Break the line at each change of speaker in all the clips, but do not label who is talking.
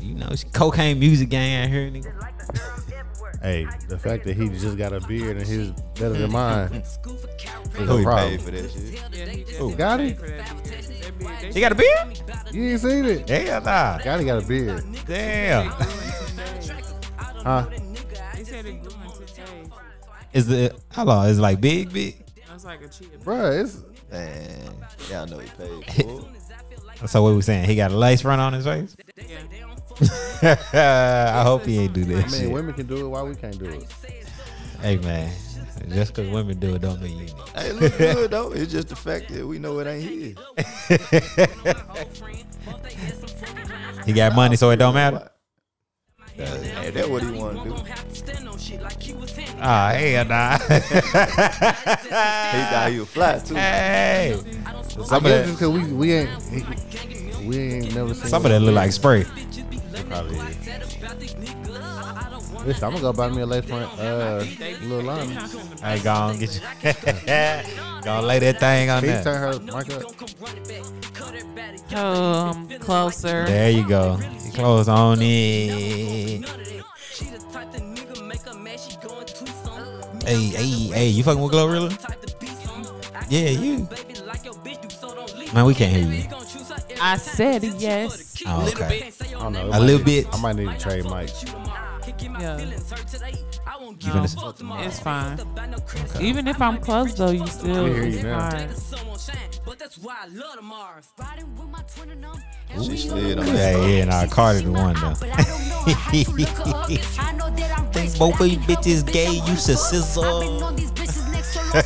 know, it's cocaine music gang out here, nigga.
Hey, the fact that he just got a beard and his better than mine is
Who
a
he
problem.
paid for that shit?
Oh, got he?
He got a beard?
You ain't seen it.
Hell nah.
Gotti got a beard,
Damn.
huh?
They said it grew into today.
Is the how long? Is it like big, big?
That's like a cheetah.
Bruh, it's
Man, y'all know he paid for it.
So what we saying? He got a lace front on his face?
Yeah.
I hope he ain't do
I
that
mean,
shit.
women can do it. Why we can't do it?
Hey man, just cause women do it don't mean you. need it.
Hey, look good though. It's just the fact that we know it ain't his.
He got money, so it don't matter.
Hey, that's what he want to do. He
Ah, hell nah.
thought he was fly too.
hey,
I
some of
guess just
that,
cause we we ain't he- we ain't never seen.
some of that look like spray.
Listen, I'm gonna go buy me a lace front uh little line.
Hey, go on, get you. go lay that thing on
Can you
there.
turn her mic up?
Um, closer.
There you go. He close on it. Hey, hey, hey, you fucking with Glorilla? Yeah, you. Man, we can't hear you.
I said yes.
Oh, okay.
I don't know.
A little bit.
I might need to trade mic.
Yeah.
You finna,
It's fine. Even if I'm close though, you still
We hear you
it's
now.
fine.
She slid on that.
yeah, yeah, nah, Carter the one though.
Think both of you bitches gay, you should sizzle. I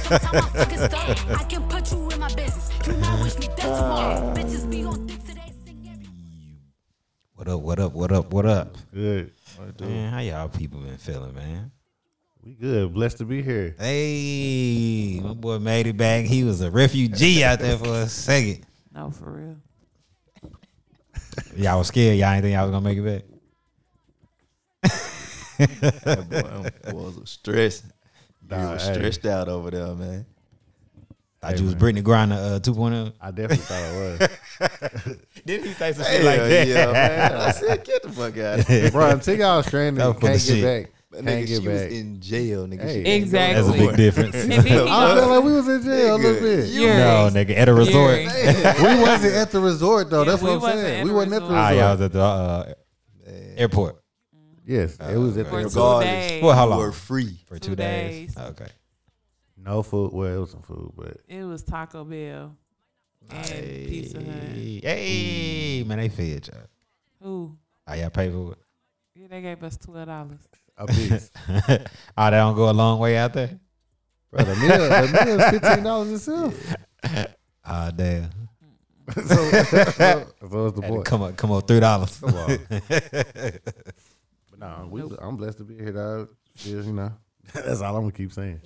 can put you in my business. You might wish me dead tomorrow. Bitches be on dick today. sing every-
What up? What up? What up? What up?
Good.
Man, how y'all people been feeling, man?
We good. Blessed to be here.
Hey, my boy made it back. He was a refugee out there for a second.
No, for real.
Y'all was scared. Y'all ain't think y'all was gonna make it back.
That boy, them boys was stressed. He
Nah,
was
hey.
stressed out over there, man.
Thought you was Brittany Grinder uh, 2.0.
I definitely thought I was.
Didn't he say some
Hell yeah, man. I said, get the fuck out of here.
Bro, until y'all stranded,
That was
can't
full
get
of shit.
back.
Nigga,
Can't
she
get
was
back.
in jail, nigga.
Hey.
She ain't
Exactly.
That's a big difference.
And then he
I feel
goes,
like we was in jail a little
Nigga,
bit.
you-
no, nigga, at a resort.
Jerry.
We wasn't at the resort though.
Yeah,
That's
we
what I'm
wasn't
saying.
at
We
the
wasn't at the
resort.
Ah,
resort.
y'all was at the uh, airport
Yes, it was at the
For two
resort.
days.
Well, how long?
You were free.
for two,
Two
days.
days.
Okay.
No food. Well, it was some food, but
It was Taco Bell and Pizza Hut.
Hey, hey, man, they fed y'all.
Ooh,
Ah, y'all pay for it.
yeah, they gave us twelve dollars.
a piece.
Ah, that don't go a long way out there.
Bro, the meal, the meal is fifteen dollars itself.
Ah, damn.
so, so, so it's the
Had to
boy.
Come up, come up, three dollars.
But nah, we, I'm blessed to be here, dog. Just, you know, that's all I'm gonna keep saying.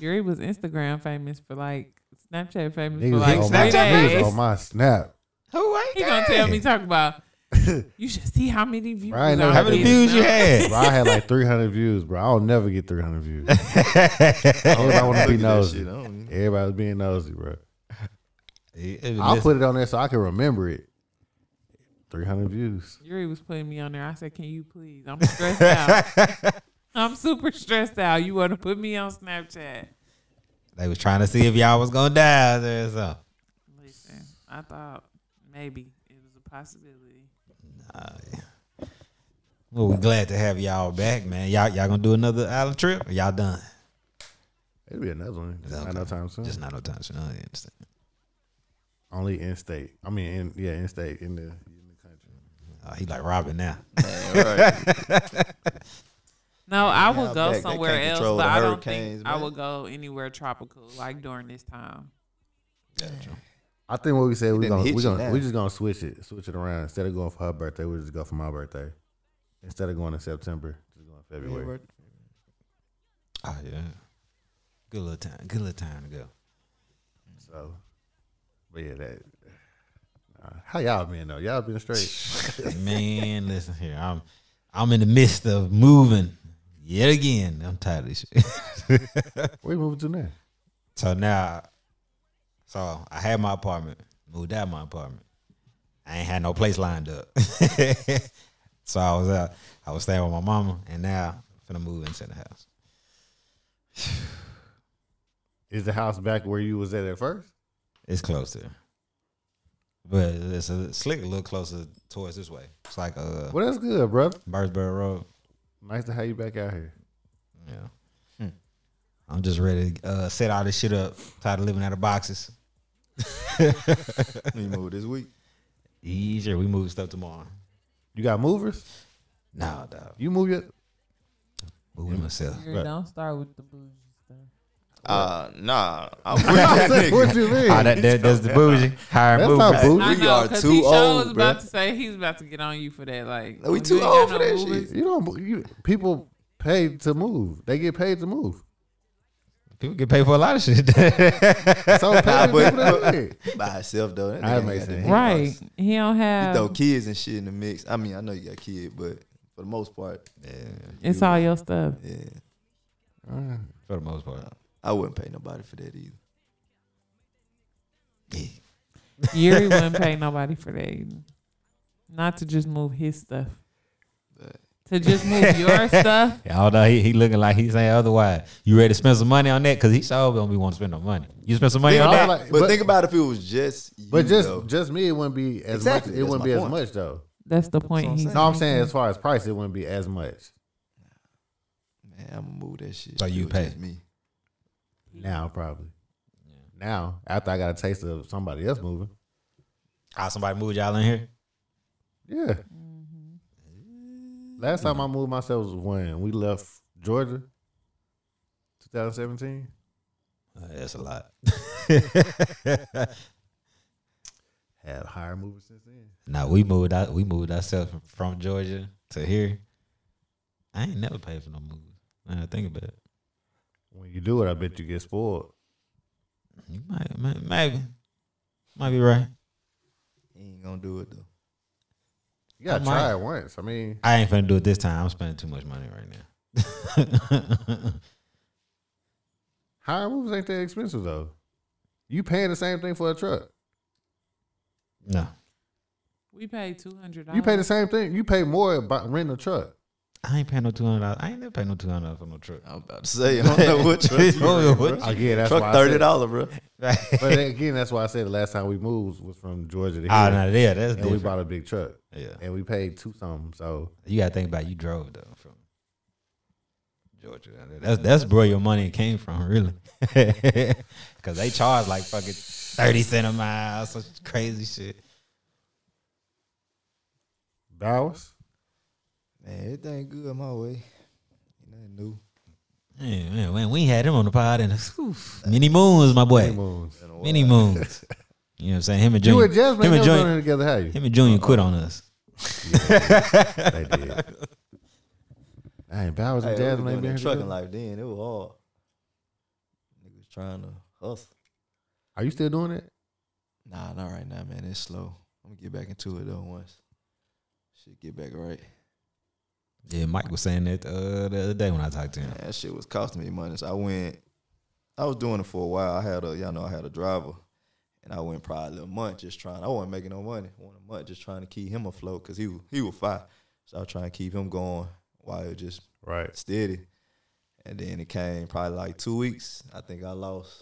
Yuri was Instagram famous for like Snapchat famous for
Niggas
like
on my,
three days.
niggas on my snap.
Who ain't
He gonna tell me talk about. You should see how many views.
Right,
on
no,
How many
this
views you
now."
had?
Bro, I had like 300 views, bro. I'll never get 300 views. Everybody want to be
Look at that
nosy.
shit, I don't-
Everybody's being nosy, bro. I'll put it on there so I can remember it. 300 views.
Yuri was putting me on there. I said, "Can you please? I'm stressed out. I'm super stressed out. You want to put me on Snapchat?"
They was trying to see if y'all was gonna die out there or something.
Listen, I thought maybe it was a possibility.
Well, we glad to have y'all back, man. Y'all y'all gonna do another island trip? Or y'all done?
It'll be another one. Just
Okay.
Not no time soon.
Just not no time soon. I understand.
Only in state. I mean, in, yeah, in state, in the, in the country.
Oh, he like Robin now.
Man, right.
No, I
Yeah,
would go
back- they
somewhere
can't
else,
control
but
the
I don't
hurricanes,
think I
man.
would go anywhere tropical like during this time.
I think what we said, we're
didn't
gonna,
hit
we
you
gonna,
now.
we just gonna switch it, switch it around. Instead of going for her birthday, we just go for my birthday. Instead of going in September, just going in February.
Oh yeah. Good little time. Good little time to go.
So, but yeah, that. Nah, how y'all been though? Y'all been straight.
man, listen here. I'm I'm in the midst of moving yet again. I'm tired of this shit.
Where you moving to now?
So now, so I had my apartment, moved out of my apartment, I ain't had no place lined up. so I was out. I was staying with my mama, and now I'm finna move into the house.
Is the house back where you was at at first?
It's closer, but it's a slick a little closer towards this way. It's like uh,
Well, that's good, bro.
Birdsboro Road.
Nice to have you back out here.
Yeah. Hmm. I'm just ready to uh, set all this shit up. Tired of living out of boxes.
We move this week.
Easier. We move stuff tomorrow.
You got movers?
Nah, dog.
You move your
Moving myself.
Girl, Don't start with the bougie stuff.
Uh, nah. I'm with that nigga.
What you mean?
Ah, that, that, that's the bougie. Hire
That's
movers.
not bougie.
I
We
know,
are
'cause
too
he sure
old,
was about
bruh.
to say he's about to get on you for that. Like
We
you
too
ain't got
old for that
movies?
shit.
You don't. You, people paid to move. They get paid to move.
People get paid for a lot of shit.
So pay the
but-
people that did.
By itself though. That
That
nigga
makes
ain't got
sense.
that
Right.
invoice.
He don't
You
have
throw kids and shit in the mix. I mean, I know you got kid, but for the most part,
it's all your stuff.
yeah,
for the most part.
I wouldn't pay nobody for that either.
Yuri wouldn't pay nobody for that either. Not to just move his stuff. To just move your stuff.
Yeah, although he, he looking like he's saying otherwise. You ready to spend some money on that? Because he sure don't be want to spend no money. You spend some money
Yeah,
on
I
that?
was like-
But,
but-
think about if it was just you,
But just
though.
just me, it wouldn't be as
Exactly,
much. It
that's
wouldn't
my
be as
point.
much though.
That's the
what
point.
I'm
he's
saying.
No, I'm saying as far as price, it wouldn't be as much.
man, I'm gonna move that shit.
So
if it
you
was
pay.
just me.
Now probably. Now after I got a taste of somebody else moving.
Ah, somebody moved y'all in here?
Yeah. Last time I moved myself was when we left Georgia, 2017.
Uh, that's a lot.
Had higher movers since then.
Now we moved out. We moved ourselves from, from Georgia to here. I ain't never paid for no movie. Now I think about it.
When you do it, I bet you get spoiled.
You might, might, maybe, might be right.
He ain't gonna do it though.
You gotta
I
try
might.
it once. I mean,
I ain't finna do it this time. I'm spending too much money right now.
higher movers ain't that expensive though. You paying the same thing for a truck.
no,
We paid two hundred dollars.
You pay the same thing. You pay more about renting a truck.
I ain't paying no two hundred dollars. I ain't never paying no two hundred dollars for no truck.
I'm about to say, I don't know what truck. you in, bro.
Again, that's why
Truck
I said-
thirty dollar, bro.
But again, that's why I said the last time we moved was from Georgia to here,
Ah, no, yeah, that's
and we
different.
bought a big truck,
yeah,
and we paid two something. So
you gotta think about it. you drove though from Georgia. down there. That's that's where your money came from, really, because they charge like fucking thirty cent a mile, some crazy shit.
dollars.
Man, everything good my way. Ain't Nothing new.
Yeah, man, when we had him on the pod and oof, many moons, my boy,
Hey, Moons.
many moons. You know what I'm saying? Him and Junior,
You and Jasmine
him and
never been on
Junior,
here together, have you?
him and Junior quit on us.
They did. Hey, Bowers
Hey, Jasmine
and Jasmine
doing
ain't been
that
here
trucking
together.
life then. It was hard. Niggas trying to hustle.
Are you still doing it?
Nah, not right now, man. It's slow. I'm gonna get back into it though once. Shit, get back right.
Yeah, Mike was saying that uh, the other day when I talked to him.
Man, that shit was costing me money. So I went. I was doing it for a while. I had a, y'all know, I had a driver, and I went probably a month just trying. I wasn't making no money. One a month just trying to keep him afloat because he was he was fine. So I was trying to keep him going while it was just
Right.
steady. And then it came probably like two weeks. I think I lost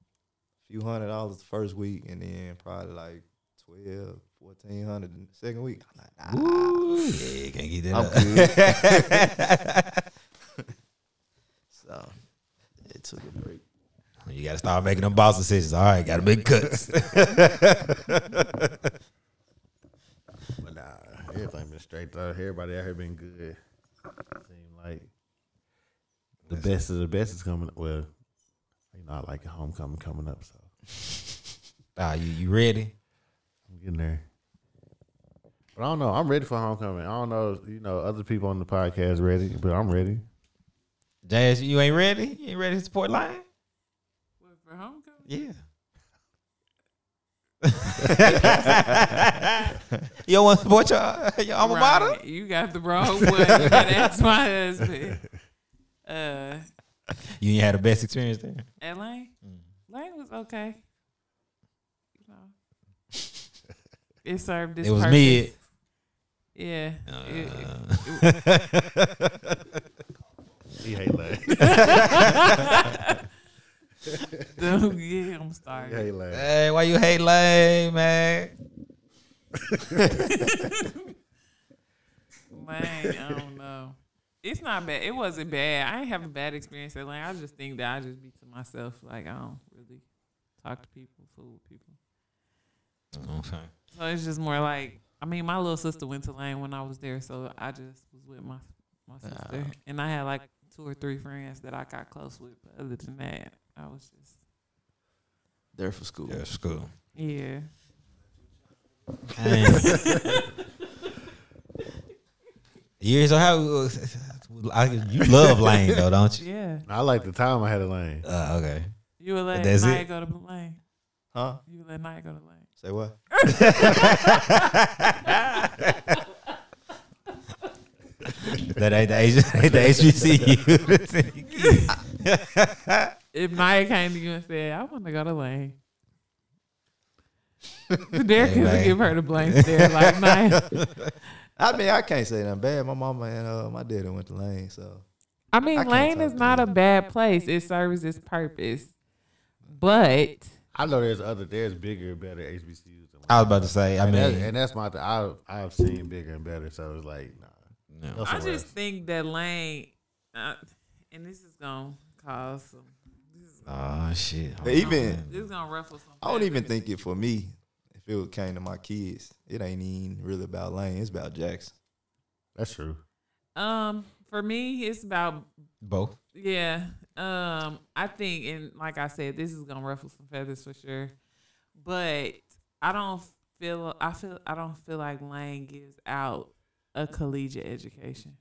a few hundred dollars the first week, and then probably like twelve, fourteen hundred the second week. I'm like, nah,
Ooh, yeah, can't get that.
I'm
up.
good. so it took a break.
You got to start making them boss decisions. All right, got to make cuts.
But nah, everything been straight out. Everybody out here been good. Seem like the best of the best is coming. Well, you know, I like homecoming coming up, so
ah, you you ready?
I'm getting there. But I don't know. I'm ready for homecoming. I don't know. You know, other people on the podcast ready, but I'm ready.
Jazz, you ain't ready? You ain't ready to support Lion?
for homecoming.
Yeah. you don't want to support your, your alma mater?
Right. You got the wrong one. That's my husband. Uh,
You ain't had the best experience there.
and
Mm.
Lane, Lane was okay. You know, it served this.
It was
purpose.
mid.
Yeah. It-
Uh,
He hate that.
Dude, yeah, I'm
He
starting.
hate that.
hey, why you hate Lane, man?
Lane, I don't know. It's not bad. It wasn't bad. I ain't have a bad experience at Lane. I just think that I just be to myself. Like I don't really talk to people, fool with people.
Okay.
So it's just more like I mean, my little sister went to Lane when I was there, so I just was with my my sister, and I had like two or three friends that I got close with. But other than that, I was just
There for school.
Yeah, school.
yeah.
yeah, so how I, you love Lane though, don't you?
Yeah.
I like the time I had a lane.
Uh, okay.
You would let
That's
Naya
it?
go to Lane.
Huh?
You would let Naya go to Lane.
Say what?
That ain't the, H- ain't the HBCU.
If Naya came to you and said, I want to go to Lane. Derek
Hey,
could
man.
give her the blank stare like Naya.
I mean, I can't say nothing bad. My mama and uh, my daddy went to Lane, so
I
I
mean,
can't
Lane
talk
is
to
not
you.
a bad place. It serves its purpose. But
I know there's other, there's bigger, better HBCUs. Than
I was about to say. I
and, that's,
mean,
and that's my, th- I, I've seen bigger and better. So it's like, nah.
no.
go
I
somewhere
just
else.
think that Lane, uh, and this is going to cause some,
oh shit. Hold
Even-
on.
this is going to ruffle some.
I don't even
feathers.
think it for me. If it came to my kids, it ain't even really about Lane. It's about Jackson.
That's true.
Um, for me, it's about
both.
Yeah. Um, I think, and like I said, this is gonna ruffle some feathers for sure. But I don't feel. I feel. I don't feel like Lane gives out a collegiate education.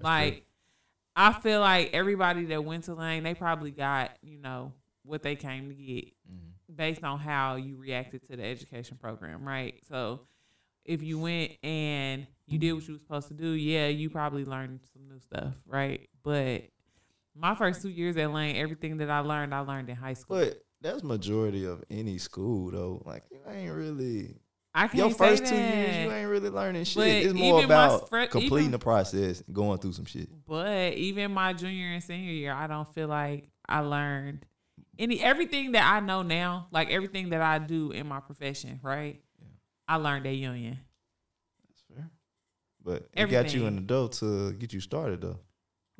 like, I feel like everybody that went to Lane, they probably got you know what they came to get
Mm-hmm.
based on how you reacted to the education program, right? So if you went and you did what you were supposed to do, yeah, you probably learned some new stuff, right? But my first two years at Lane, everything that I learned, I learned in high school.
But that's majority of any school though. Like you ain't really
I can't
your first
say
two
that,
years you ain't really learning shit.
But
it's more
even my
about
fr-
completing
even-
the process, and going through some shit.
But even my junior and senior year, I don't feel like I learned any everything that I know now, like everything that I do in my profession, right? I learned at Union.
That's fair. But it got you
Everything.
an adult to get you started though.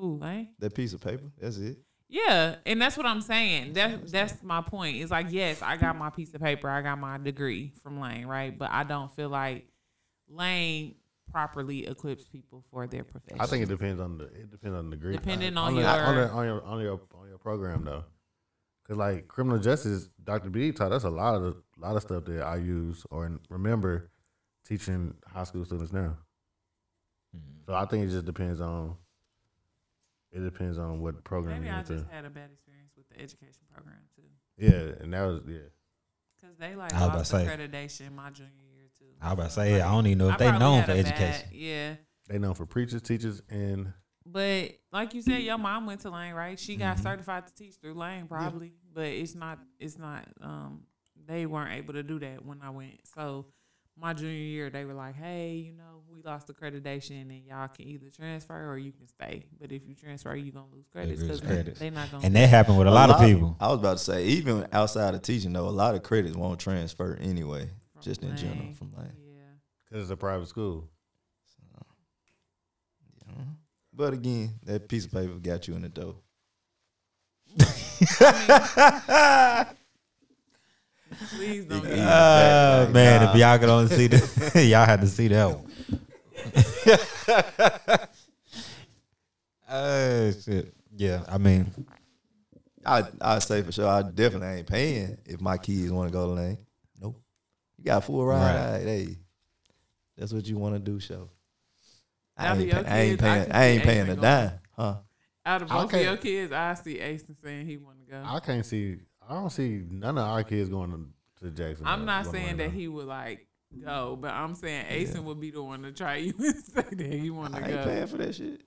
Ooh, Lane.
That piece of paper, that's it.
Yeah, and that's what I'm saying. That's that's my point. It's like yes, I got my piece of paper, I got my degree from Lane, right? But I don't feel like Lane properly equips people for their profession.
I think it depends on the it depends on the degree.
Depending
Uh,
on
the- on,
your-
the, on your on your on your program though, because like criminal justice, Dr. B taught us a lot of the, lot of stuff that I use or in- remember teaching high school students now.
Mm-hmm.
So I think it just depends on it depends on what program
maybe
you
I
went
just
to.
had a bad experience with the education program too,
Yeah, and that was yeah.
because they like
I was about
lost
to say.
accreditation my junior year too.
I was about to
So,
say. I
like,
don't even know if
I
they
probably
known
had
for
a bad-
education.
yeah,
They known for preachers, teachers, and
but like you said, your mom went to Lane, right? She
Mm-hmm.
got certified to teach through Lane, probably, but it's not. It's not. Um, they weren't able to do that when I went. So my junior year, they were like, "Hey, you know, we lost accreditation, and y'all can either transfer or you can stay. But if you transfer, you gonna lose credits
lose
because
credits.
they're not gonna."
And that happened with a lot, of people.
I was about to say, even outside of teaching though, a lot of credits won't transfer anyway.
From
just in general
Lane.
from Lane.
yeah.
because it's a private school.
But again, that piece of paper got you in the dough.
Please don't.
Yeah.
get-
Oh
Nah.
man, if y'all could only see this, y'all had to see that one. oh shit! Yeah, I mean,
I I say for sure, I definitely ain't paying if my kids want to go to lane. Nope. You got a full ride.
Right.
all right, hey, that's what you want to do, show. I
Now that
ain't,
your
pay, I ain't
kids, I
paying.
can
I, ain't
see
paying a
Avery
dime, huh?
Out of
I
both of your
can't-
kids, I see Aston saying he want to go.
I can't see. I don't see none of our kids going to, to Jackson.
I'm not
going
saying
right
that
now.
he would like go, but I'm saying Asen would be the one to try you and say that he want to
I ain't
go.
paying for that shit.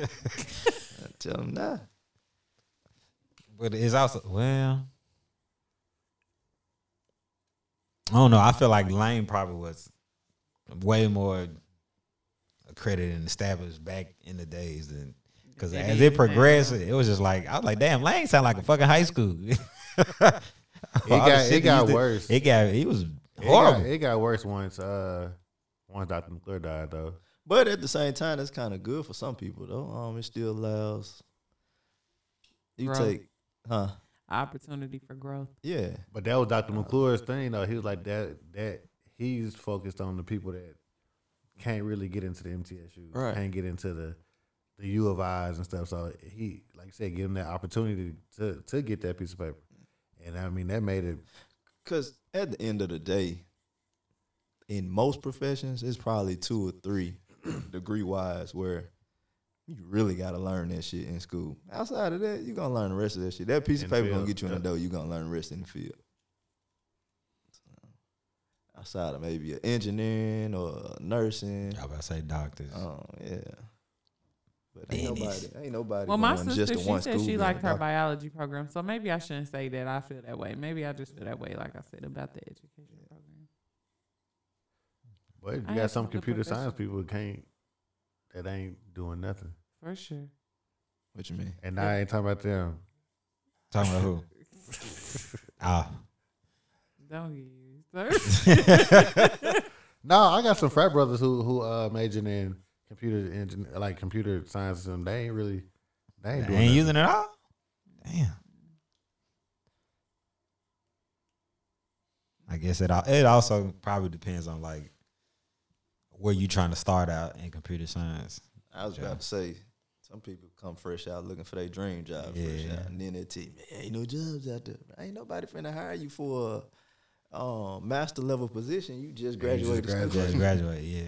I tell them nah.
but it's also well. I don't know. I feel like Lane probably was way more accredited and established back in the days than because
It
as
is
it
now.
progressed, it was just like I was like, damn, Lane sound like a fucking high school. it
got- it got worse.
It got he was
It got,
horrible.
it got worse once uh once Dr. McClure died though.
But at the same time, that's kind of good for some people though. Um, it still allows you
Growth.
take, huh?
Opportunity for growth.
Yeah,
But that was Dr. McClure's thing though. He was like that that he's focused on the people that can't really get into the MTSU.
Right.
Can't get into the the U of I's and stuff. So he like you said, give him that opportunity to to get that piece of paper. And I mean that made it
because at the end of the day, in most professions, it's probably two or three degree wise where you really got to learn that shit in school. Outside of that, you're gonna learn the rest of that shit. That piece
In
of
the
paper gonna
field,
get you in the
yeah.
door. You're gonna learn the rest in the field. So, Outside of maybe engineering or nursing,
I was about to say doctors.
Oh yeah. But ain't
Dennis.
nobody, ain't nobody.
Well, my
going
sister,
just to
she
one
said
school
she
being
liked
a
her
doctor.
biology program, so maybe I shouldn't say that I feel that way. Maybe I just feel that way, like I said about the education program.
but you
I
got
have
some
some good
computer
professionals.
science people who can't that ain't doing nothing.
For sure.
What you mean?
And I ain't talking about them.
Talking about who? Ah,
Don't get used.
No, I got some frat brothers who who uh majored in computer engine like computer science and they ain't really they ain't
ain't
doing nothing.
using it all. Damn. I guess it al- it also probably depends on like where you trying to start out in computer science.
I was
Job.
about to say, some people come fresh out looking for their dream job, fresh
Yeah.
out, and then they tell you, man, ain't no jobs out there. Ain't nobody finna hire you for a um, master level position. You just graduated. school."
Just graduate, yeah.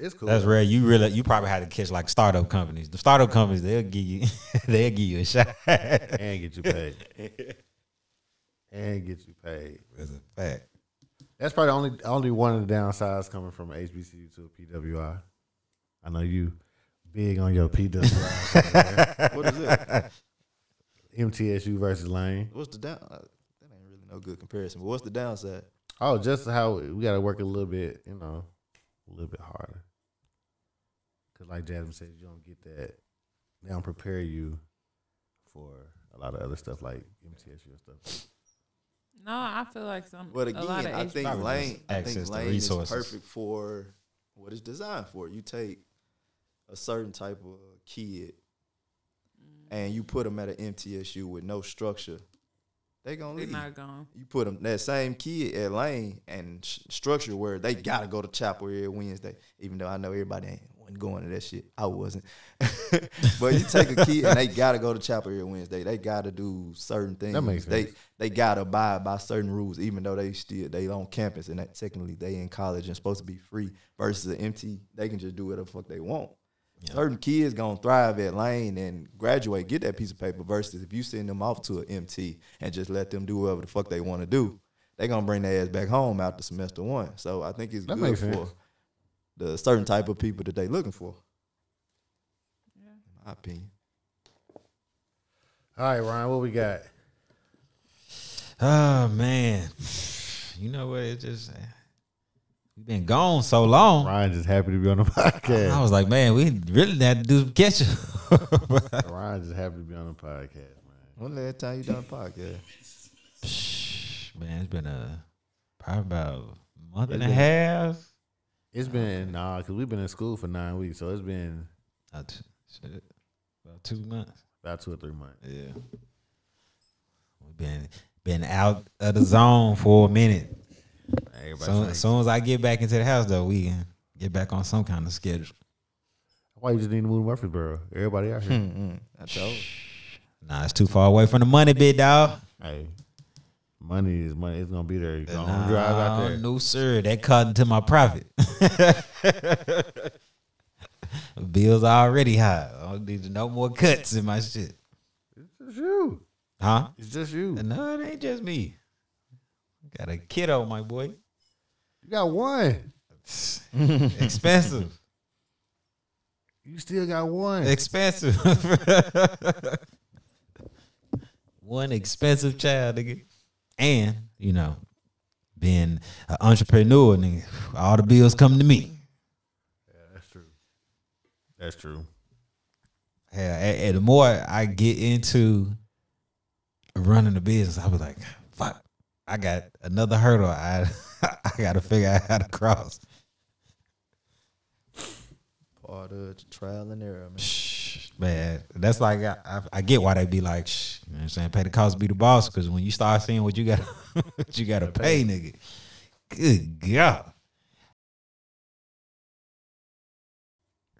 it's cool.
That's rare. You really you probably had to catch like startup companies. The startup companies they'll give you they'll give you a shot. That's
and get you paid. and get you paid.
a fact.
That's probably only only one of the downsides coming from HBCU to a PWI. I know you big on your PWI.
what is it?
MTSU versus Lane.
What's the down? uh, That ain't really no good comparison. But what's the downside?
Oh, just how we got to work a little bit, you know, a little bit harder. Cause like Jasmine said, you don't get that. They don't prepare you for a lot of other stuff like MTSU and stuff.
no, I feel like some.
But
a lot
again,
of
I
edu-
think
Probably
Lane,
just
I think
access to
Lane
resources.
is perfect for what it's designed for. You take a certain type of kid and you put them at an MTSU with no structure, they gonna
They're
leave.
not gone.
you put them that same kid at Lane and s- structure where they gotta go to chapel every Wednesday. Even though I know everybody ain't wasn't going to that shit, I wasn't. but you take a kid and they gotta go to chapel every Wednesday. They gotta do certain things.
makes
they
sense.
they gotta abide by certain rules, even though they still they on campus and that technically they in college and supposed to be free. Versus the MT, they can just do whatever the fuck they want. Certain kids gonna thrive at Lane and graduate, get that piece of paper. Versus if you send them off to an MT and just let them do whatever the fuck they want to do, they gonna bring their ass back home after semester one. So I think it's
That
good
makes
for
sense.
the certain type of people that they looking for. In my opinion.
All right, Ryan, what we got?
Oh man. You know what? It just we've been gone so long.
Ryan just happy to be on the
I
podcast.
was like, man, we really had to do some catch up.
Ryan just happy to be on the podcast, man.
When the last time you done a podcast?
man, it's been a probably about a month and a
It's been-
half.
It's been nah, cause we've been in school for nine weeks, so it's been
About two, shit, about two months.
about two or three months.
Yeah. We've been been out of the zone for a minute.
Everybody,
So
trying-
as soon as I get back into the house though, we can get back on some kind of schedule.
why you just need to move to Murfreesboro? Everybody out here.
Mm-mm. I told you.
Nah, it's too far away from the money bit, dog.
hey, money is money. It's gonna be there. You gonna drive out there.
Ah, No, sir. That cut into my profit. Bills are already high. I don't need no more cuts in my shit.
It's just you.
Huh?
It's just you.
No, it ain't just me. Got a kiddo, my boy.
You got one.
Expensive.
You still got one.
expensive. One expensive child, nigga. And, you know, being an entrepreneur, nigga, all the bills come to me.
Yeah, that's true. That's true.
Yeah, and, and the more I get into running the business, I was like, fuck, I got another hurdle. I I got to figure out how to cross.
Part of the trial and error, man.
Shh, man, that's like I, I, I get why they be like, Shh, you know what I'm saying, pay the cost, be the boss. Because when you start seeing what you got, what you got to pay, nigga. Good God.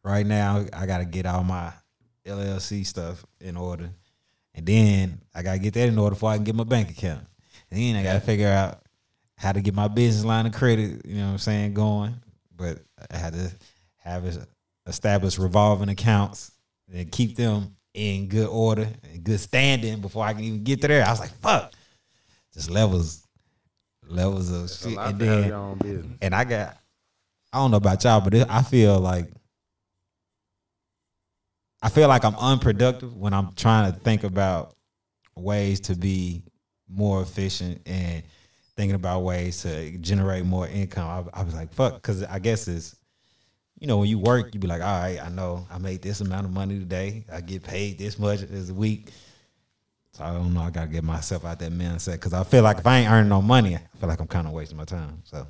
Right now, I gotta get all my LLC stuff in order, and then I gotta get that in order before I can get my bank account. And then I gotta figure out how to get my business line of credit. You know what I'm saying? Going, but I had to have it establish revolving accounts and keep them in good order and good standing before I can even get to there. I was like, fuck. Just levels, levels of
A
shit.
lot
And
to have
then
your own business.
and I got, I don't know about y'all, but it, I feel like, I feel like I'm unproductive when I'm trying to think about ways to be more efficient and thinking about ways to generate more income. I, I was like, fuck, because I guess it's, you know, when you work, you be like, all right, I know I made this amount of money today. I get paid this much this week. So I don't know. I gotta get myself out that mindset because I feel like if I ain't earning no money, I feel like I'm kind of wasting my time. So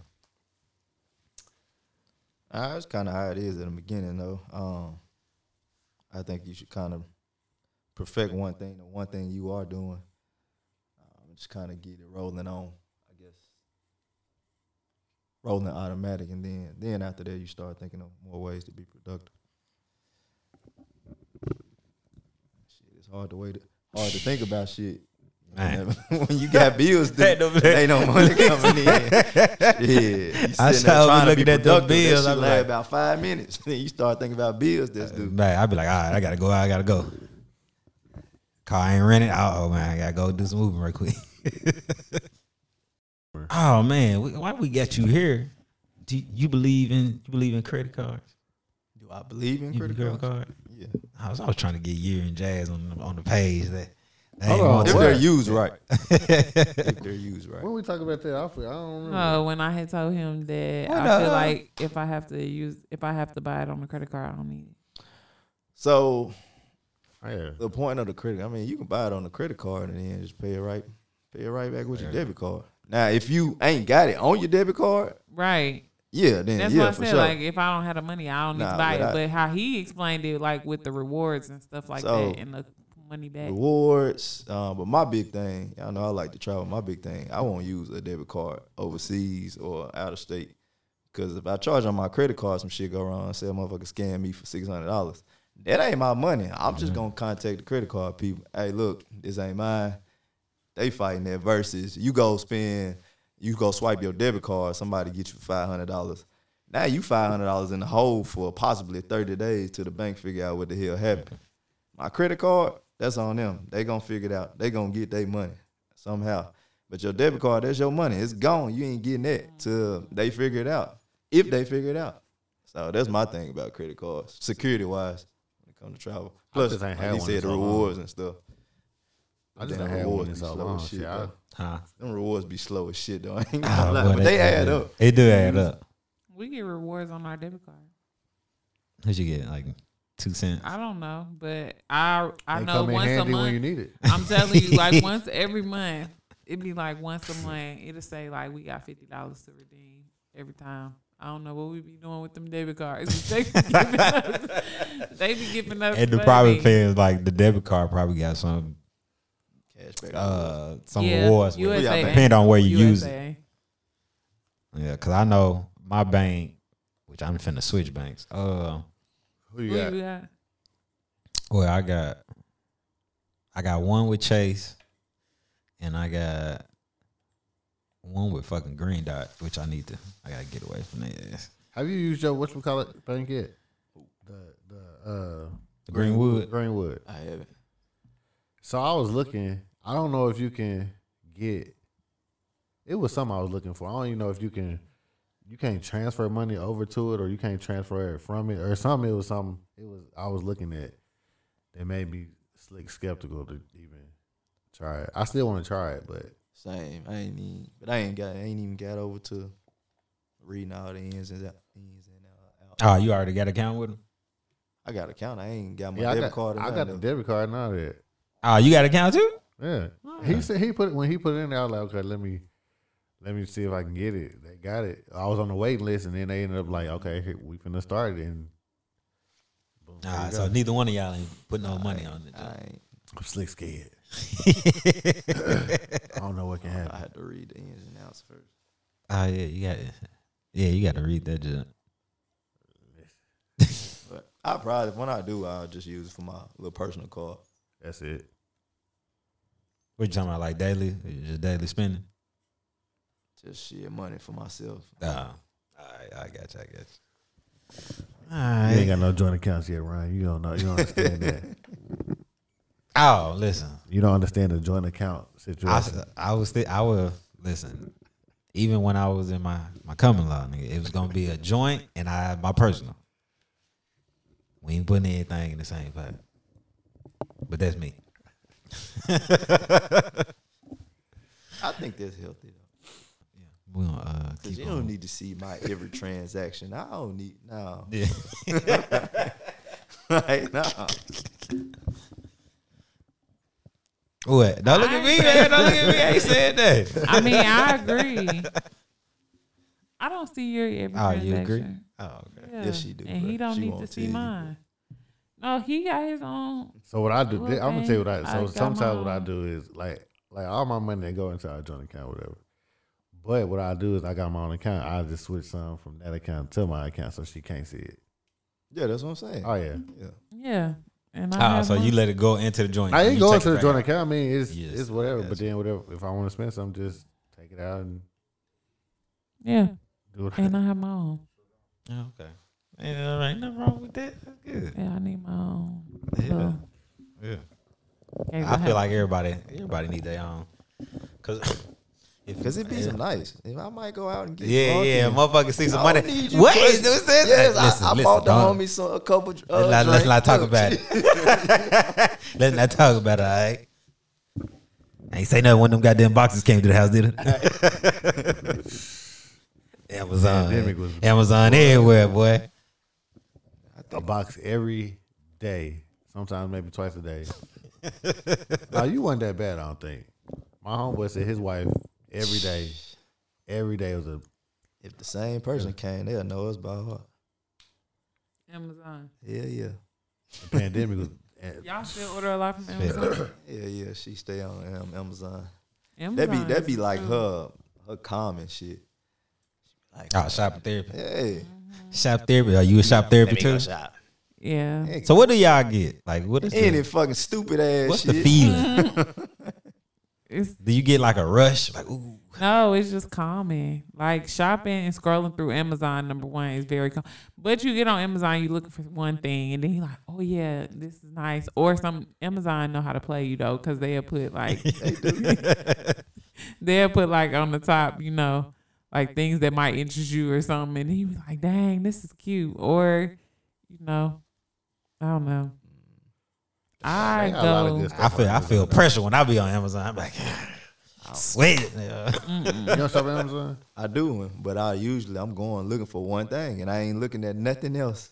Uh, it's kind of how it is in the beginning, though. Um, I think you should kind of perfect one thing, the one thing you are doing. Um, just kind of get it rolling on, I guess. Rolling automatic, and then then after that, you start thinking of more ways to be productive. Shit, it's hard to wait, hard to think about shit.
Man.
when you got bills, due, ain't no money coming in. Yeah, you
I
sitting there
sure
trying
was
to be
looking at them
productive. That
bills,
shit
I be
last
like-
about five minutes. Then you start thinking about bills. This dude,
Man, I'd be like, all right, I gotta go. I gotta go. Car ain't rented. Oh man, I gotta go do some moving right quick. oh man, we- why we got you here? Do you- you believe in you believe in credit cards?
do I believe in
You believe in
critical?
credit card?
Yeah,
I was, I was trying to get year and jazz on the- on the page that. that ain't
on,
going
if
to
they're
work.
used right, if they're used right.
When we talk about that, I feel, I don't remember.
No, when I had told him that
Why
I
not?
feel like if I have to use if I have to buy it on a credit card, I don't need it.
So
Yeah.
the point of the credit, I mean, you can buy it on the credit card and then just pay it right, pay it right back with your debit card. Now, if you ain't got it on your debit card,
Right.
yeah, then
That's
yeah,
what I
for
said.
sure.
Like if I don't have the money, I don't need
Nah,
to buy
but
it.
I-
but how he explained it, like with the rewards and stuff like
So-
that, and the money back.
rewards. Um, but my big thing, y'all know I like to travel. My big thing, I won't use a debit card overseas or out of state. Cause if I charge on my credit card, some shit go wrong. Say a motherfucker scam me for six hundred dollars. That ain't my money. I'm just gonna contact the credit card people. Hey, look, this ain't mine. They fighting that versus you go spend, you go swipe your debit card. Somebody get you five hundred dollars. Now you five hundred dollars in the hole for possibly thirty days till the bank figure out what the hell happened. My credit card, that's on them. They gonna figure it out. They gonna get their money somehow. But your debit card, that's your money. It's gone. You ain't getting that till they figure it out. If they figure it out. So that's my thing about credit cards, security wise, when it comes to travel. Plus,
just ain't
like
had
you
one
said, the
in so long.
rewards and stuff.
I just
Damn,
don't have one in
rewards
so
be slow
long.
as shit,
Shit, I,
though.
Huh.
Them rewards be slow as shit though. I ain't gonna
Ah,
lie,
boy,
but
that-
they
that
add
do-
up.
It do add up.
We get rewards on our debit card.
What you get? Like two cents.
I don't know, but I I
they
know
come in
once a
handy when you
month.
need it.
I'm telling you, like once every month, it'd be like once a month. It'll say like we got fifty dollars to redeem every time. I don't know what we be doing with them debit cards. they, be giving us, they be giving us
And the
money.
private payers, like the debit card, probably got some
Cashback.
uh some
Yeah,
rewards. with it.
USA.
Depend on where you use it.
USA.
Yeah, cause I know my bank, which I'm finna switch banks. Uh,
Who
Who
you got?
you got?
well, I got, I got one with Chase, and I got one with fucking Green Dot, which I need to. I gotta get away from that. ass.
Have you used your whatchamacallit bank yet? The, the, uh,
Greenwood.
Greenwood.
I haven't.
So I was looking. I don't know if you can get. It was something I was looking for. I don't even know if you can. You can't transfer money over to it, or you can't transfer it from it, or something. It was something. It was I was looking at. That made me slick skeptical to even try it. I still want to try it, but
Same. I ain't even, but I ain't got. I ain't even got over to reading all the ins and out. Ins and
Oh,
out.
you already got an account with him?
I got a count. I ain't got my
Yeah, I
debit
got,
card. or
I got
nothing
the
though.
debit card and all that.
Oh, you got an account too?
Yeah, he said he put it when he put it in there. I was like, okay, let me let me see if I can get it. They got it. I was on the waiting list, and then they ended up like, okay, here, we finna start it. And boom, there
Nah,
you
Ah, so
go. Ah.
neither one of y'all ain't putting no money on it.
I ain't.
I'm slick scared. I don't know what can
I
happen.
had to read the ins and outs first.
Oh yeah, you got yeah, you got to read that junk.
But I probably when I do, I'll just use it for my little personal card.
That's it.
What you talking about? Like daily, just daily spending?
Just shit money for myself.
Oh, all right, I got you. I got you. All
You ain't
right.
got no joint accounts yet, Ryan. You don't know. You don't understand that.
Oh, listen,
You don't understand the joint account
I,
situation.
s- I was thi- I would listen. Even when I was in my my common law, nigga, it was gonna be a joint and I had my personal. We ain't putting anything in the same pot, but that's me.
I think that's healthy though.
We gonna uh,
Cause
keep
you
on.
don't need to see my every transaction. I don't need no.
Yeah.
Right now.
What? Don't look at me, man. Don't look at me. I ain't said that.
I mean, I agree. I don't see your every
Oh,
transaction.
you agree? Oh, okay.
Yeah.
Yes, she do,
And
bro.
he don't
She
need
won't
to
tell
see
you.
mine. No, he got his own.
So what I do,
Well,
I'm gonna tell you what I.
then,
So
Oh, I got
sometimes what I
mine.
do is like, like all my money that go into our joint account, whatever. But what I do is I got my own account. I just switch some from that account to my account, so she can't see it.
Yeah, that's what I'm saying.
Oh yeah,
Yeah.
Yeah. And I
Ah,
Oh,
have
so you
mine.
let it go into the joint.
I
You
ain't going
take
to
it
the
back
joint
out.
account. I mean, it's
Yes,
it's whatever.
I
But
got you.
then whatever, if I want to spend something, just take it out and
Yeah.
do what I
And I have my own.
Yeah, Okay. Ain't all right. Nothing wrong with that. That's good.
Yeah, I need my own.
Yeah.
little
Yeah.
case
I
have-
feel like everybody, everybody need their own. Cause, if,
Cause it be
yeah.
some nice. If I might go out and get
Yeah,
drunk
yeah.
and-
Motherfucker see some
I
money.
don't need you
What
playing-
is this? this-
Yes, I-
listen,
I,
listen,
bought the
dog.
homie some a couple. Uh,
Let's not, let's
drinks.
not talk
Look,
about it. let's not talk about it. All right. I ain't say nothing when them goddamn boxes came to the house, did it? Amazon,
Pandemic was-
Amazon everywhere, boy.
a box every day. Sometimes maybe twice a day. no, you weren't that bad. I don't think. My homeboy said his wife every day, every day was a
If the same person came, they'll know us by heart.
Amazon.
Yeah, yeah,
pandemic was. and
Y'all still order a lot from Amazon?
yeah, yeah. She stay on um, Amazon.
Amazon
That be that be
is
like
true.
her her common shit. Like,
Oh, shop therapy.
hey,
Shop therapy. Are you a shop therapy too?
Yeah.
So what do y'all get? Like what is
any
the,
fucking stupid ass
what's
shit.
the feeling?
It's
Do you get like a rush? Like ooh,
No, it's just common. Like shopping and scrolling through Amazon, number one, is very common. But you get on Amazon, you looking for one thing, and then you're like, oh yeah, this is nice. Or some Amazon know how to play you though, because they'll put like they'll put like on the top, you know, like things that might interest you or something, and you be like, dang, this is cute. Or, you know, I don't know. I
They got a lot of
go.
good stuff
I feel
on
I feel
Amazon.
pressure when I be on Amazon. I'm like sweating. nigga.
You don't shop at Amazon?
I do, but I usually I'm going looking for one thing, and I ain't looking at nothing else.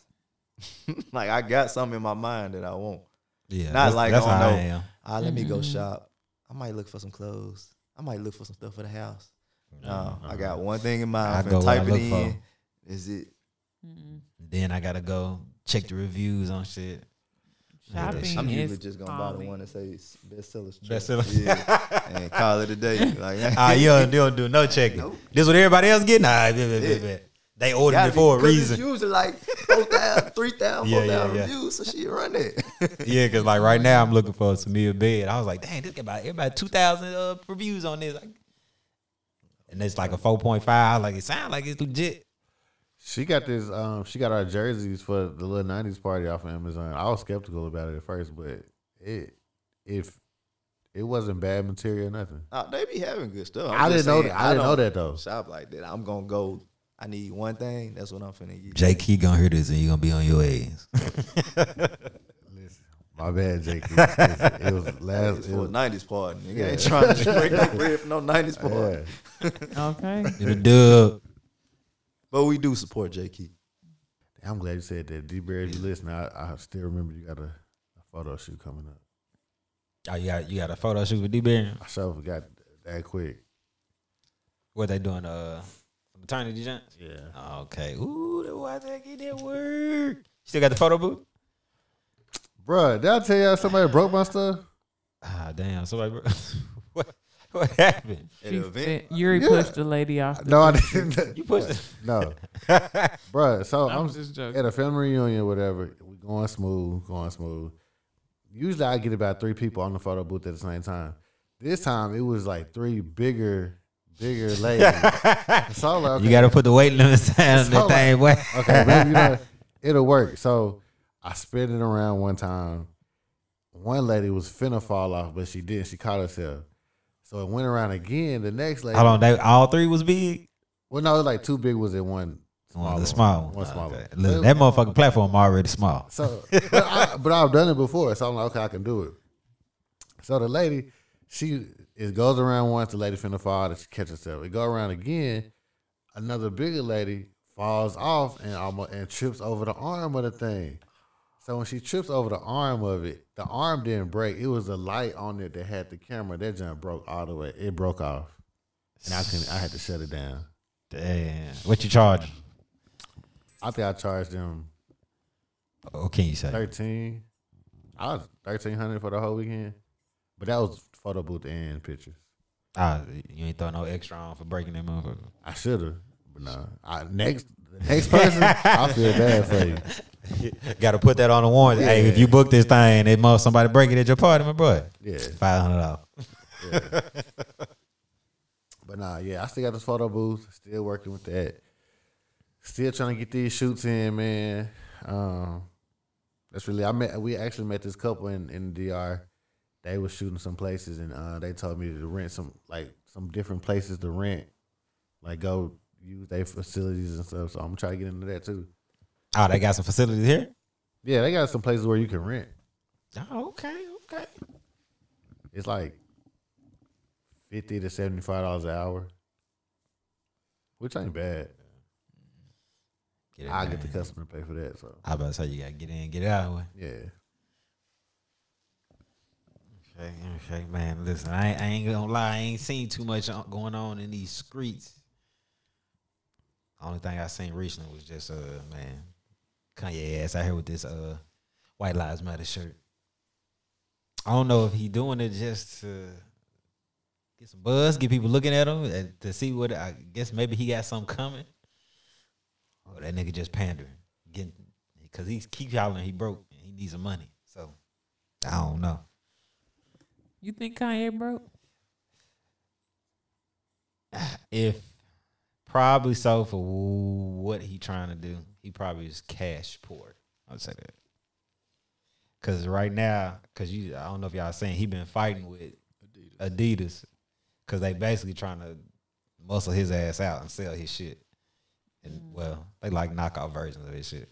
like I got something in my mind that I want.
Yeah,
Not
that's,
like
that's
oh,
how I
no.
am.
Ah, let me go shop. I might look for some clothes. I might look for some stuff for the house. No, I got one thing in mind.
uh-huh. I go
I'm finna
what I
type it
look for.
in. Is it?
Then I gotta go check the reviews on shit.
Shopping
I'm
is
usually just gonna buy the
common.
one that says bestsellers.
Best seller.
chart. Yeah, and call it a day. Like,
Ah, you don't, you don't do no checking. This what everybody else getting. Nah, bet, bet, bet,
Yeah.
bet. they ordered
gotta
it
be-
for a
'cause
reason.
It's usually like 4,000, 3,000,
Yeah, yeah,
4,000
yeah.
reviews, so she run it.
Yeah, because like right now I'm looking for a Samir bed. I was like, dang, this got about everybody two thousand uh, reviews on this, like, and it's like a four point five. Like it sounds like it's legit.
She got this. Um, she got our jerseys for the little '90s party off of Amazon. I was skeptical about it at first, but it if it wasn't bad material, or nothing.
Nah, they be having good stuff. I'm
I
just
didn't know
saying,
that. I didn't know
don't
that though.
Shop like that. I'm gonna go. I need one thing. That's what I'm finna get.
Jake, he gonna hear this and you gonna be on your ass.
Listen, My bad, Jake. It was, it was last.
It's
It
for a
was,
90s party. Nigga ain't trying to break no bread for no 90s party.
yeah.
Okay.
The dub.
But we do support J. Key.
I'm glad you said that. D Bear, if you listen, I, I still remember you got a, a photo shoot coming up.
Oh, you got you got a photo shoot with D Barry.
I sure forgot that quick.
What they doing? Uh, maternity jump.
Yeah.
Oh, Okay. Ooh, that why they get that work. Still got the photo booth.
Bruh, did I tell y'all somebody broke my stuff?
Ah, damn. Somebody, bro- what what happened?
At an event.
Yuri
Yeah.
pushed the lady off. The
No, I didn't.
You pushed it.
No. Bruh, so
I'm
I'm,
just
just
joking.
at a family reunion, whatever. We going smooth, going smooth. Usually I get about three people on the photo booth at the same time. This time it was like three bigger, bigger ladies. so I was like, okay,
You got to put the weight limit down on that
So,
thing, boy.
okay, maybe you know, it'll work. So I spin it around one time. One lady was finna fall off, but she didn't. She caught herself. So it went around again. The next lady,
Hold on, they all three was big.
well, no, it was like two big ones in one.
One,
Small
the small one.
one small
Okay.
one.
Look, that motherfucking platform already small.
So, but, I, but I've done it before, so I'm like, okay, I can do it. So the lady, she it goes around once. The lady finna fall, and she catches herself. It go around again. Another bigger lady falls off and almost and trips over the arm of the thing. So when she trips over the arm of it, the arm didn't break. It was the light on it that had the camera. That jump broke all the way. It broke off, and I couldn't. I had to shut it down.
Damn. What you charge?
I think I charged them
Oh, What can you say?
thirteen. I was thirteen hundred for the whole weekend, but that was photo booth and pictures.
Ah, you ain't throw no extra on for breaking that motherfucker.
I should have, but no. I, next, the next person, I feel bad for you.
Got to put that on the warranty. Hey, if you book this thing, it must somebody break it at your party, my boy.
Yeah.
Five hundred dollars.
But nah, yeah, I still got this photo booth. Still working with that. Still trying to get these shoots in, man. Um, that's really I met. We actually met this couple in in DR. They was shooting some places, and uh, they told me to rent some like some different places to rent, like go use their facilities and stuff. So I'm trying to get into that too.
Oh, they got some facilities here.
Yeah, they got some places where you can rent.
Oh, okay, okay.
It's like fifty to seventy five dollars an hour, which ain't bad.
Get it
I get the
done.
customer to pay for that. So
I about to say you gotta get in, get out. boy.
yeah.
Okay, okay, man. Listen, I, I ain't gonna lie. I ain't seen too much on- going on in these streets. Only thing I seen recently was just uh man, Kanye ass out here with this uh White Lives Matter shirt. I don't know if he doing it just to get some buzz, get people looking at him uh, to see what. I guess maybe he got something coming. Or that nigga just pandering, getting because he keep hollering he broke. and He needs some money, so I don't know.
You think Kanye broke?
if probably so for what he trying to do, he probably is cash poor. I'd say that. Cause right now, cause you, I don't know if y'all saying he been fighting with Adidas. cause they basically trying to muscle his ass out and sell his shit. And well, they like knockout versions of his shit.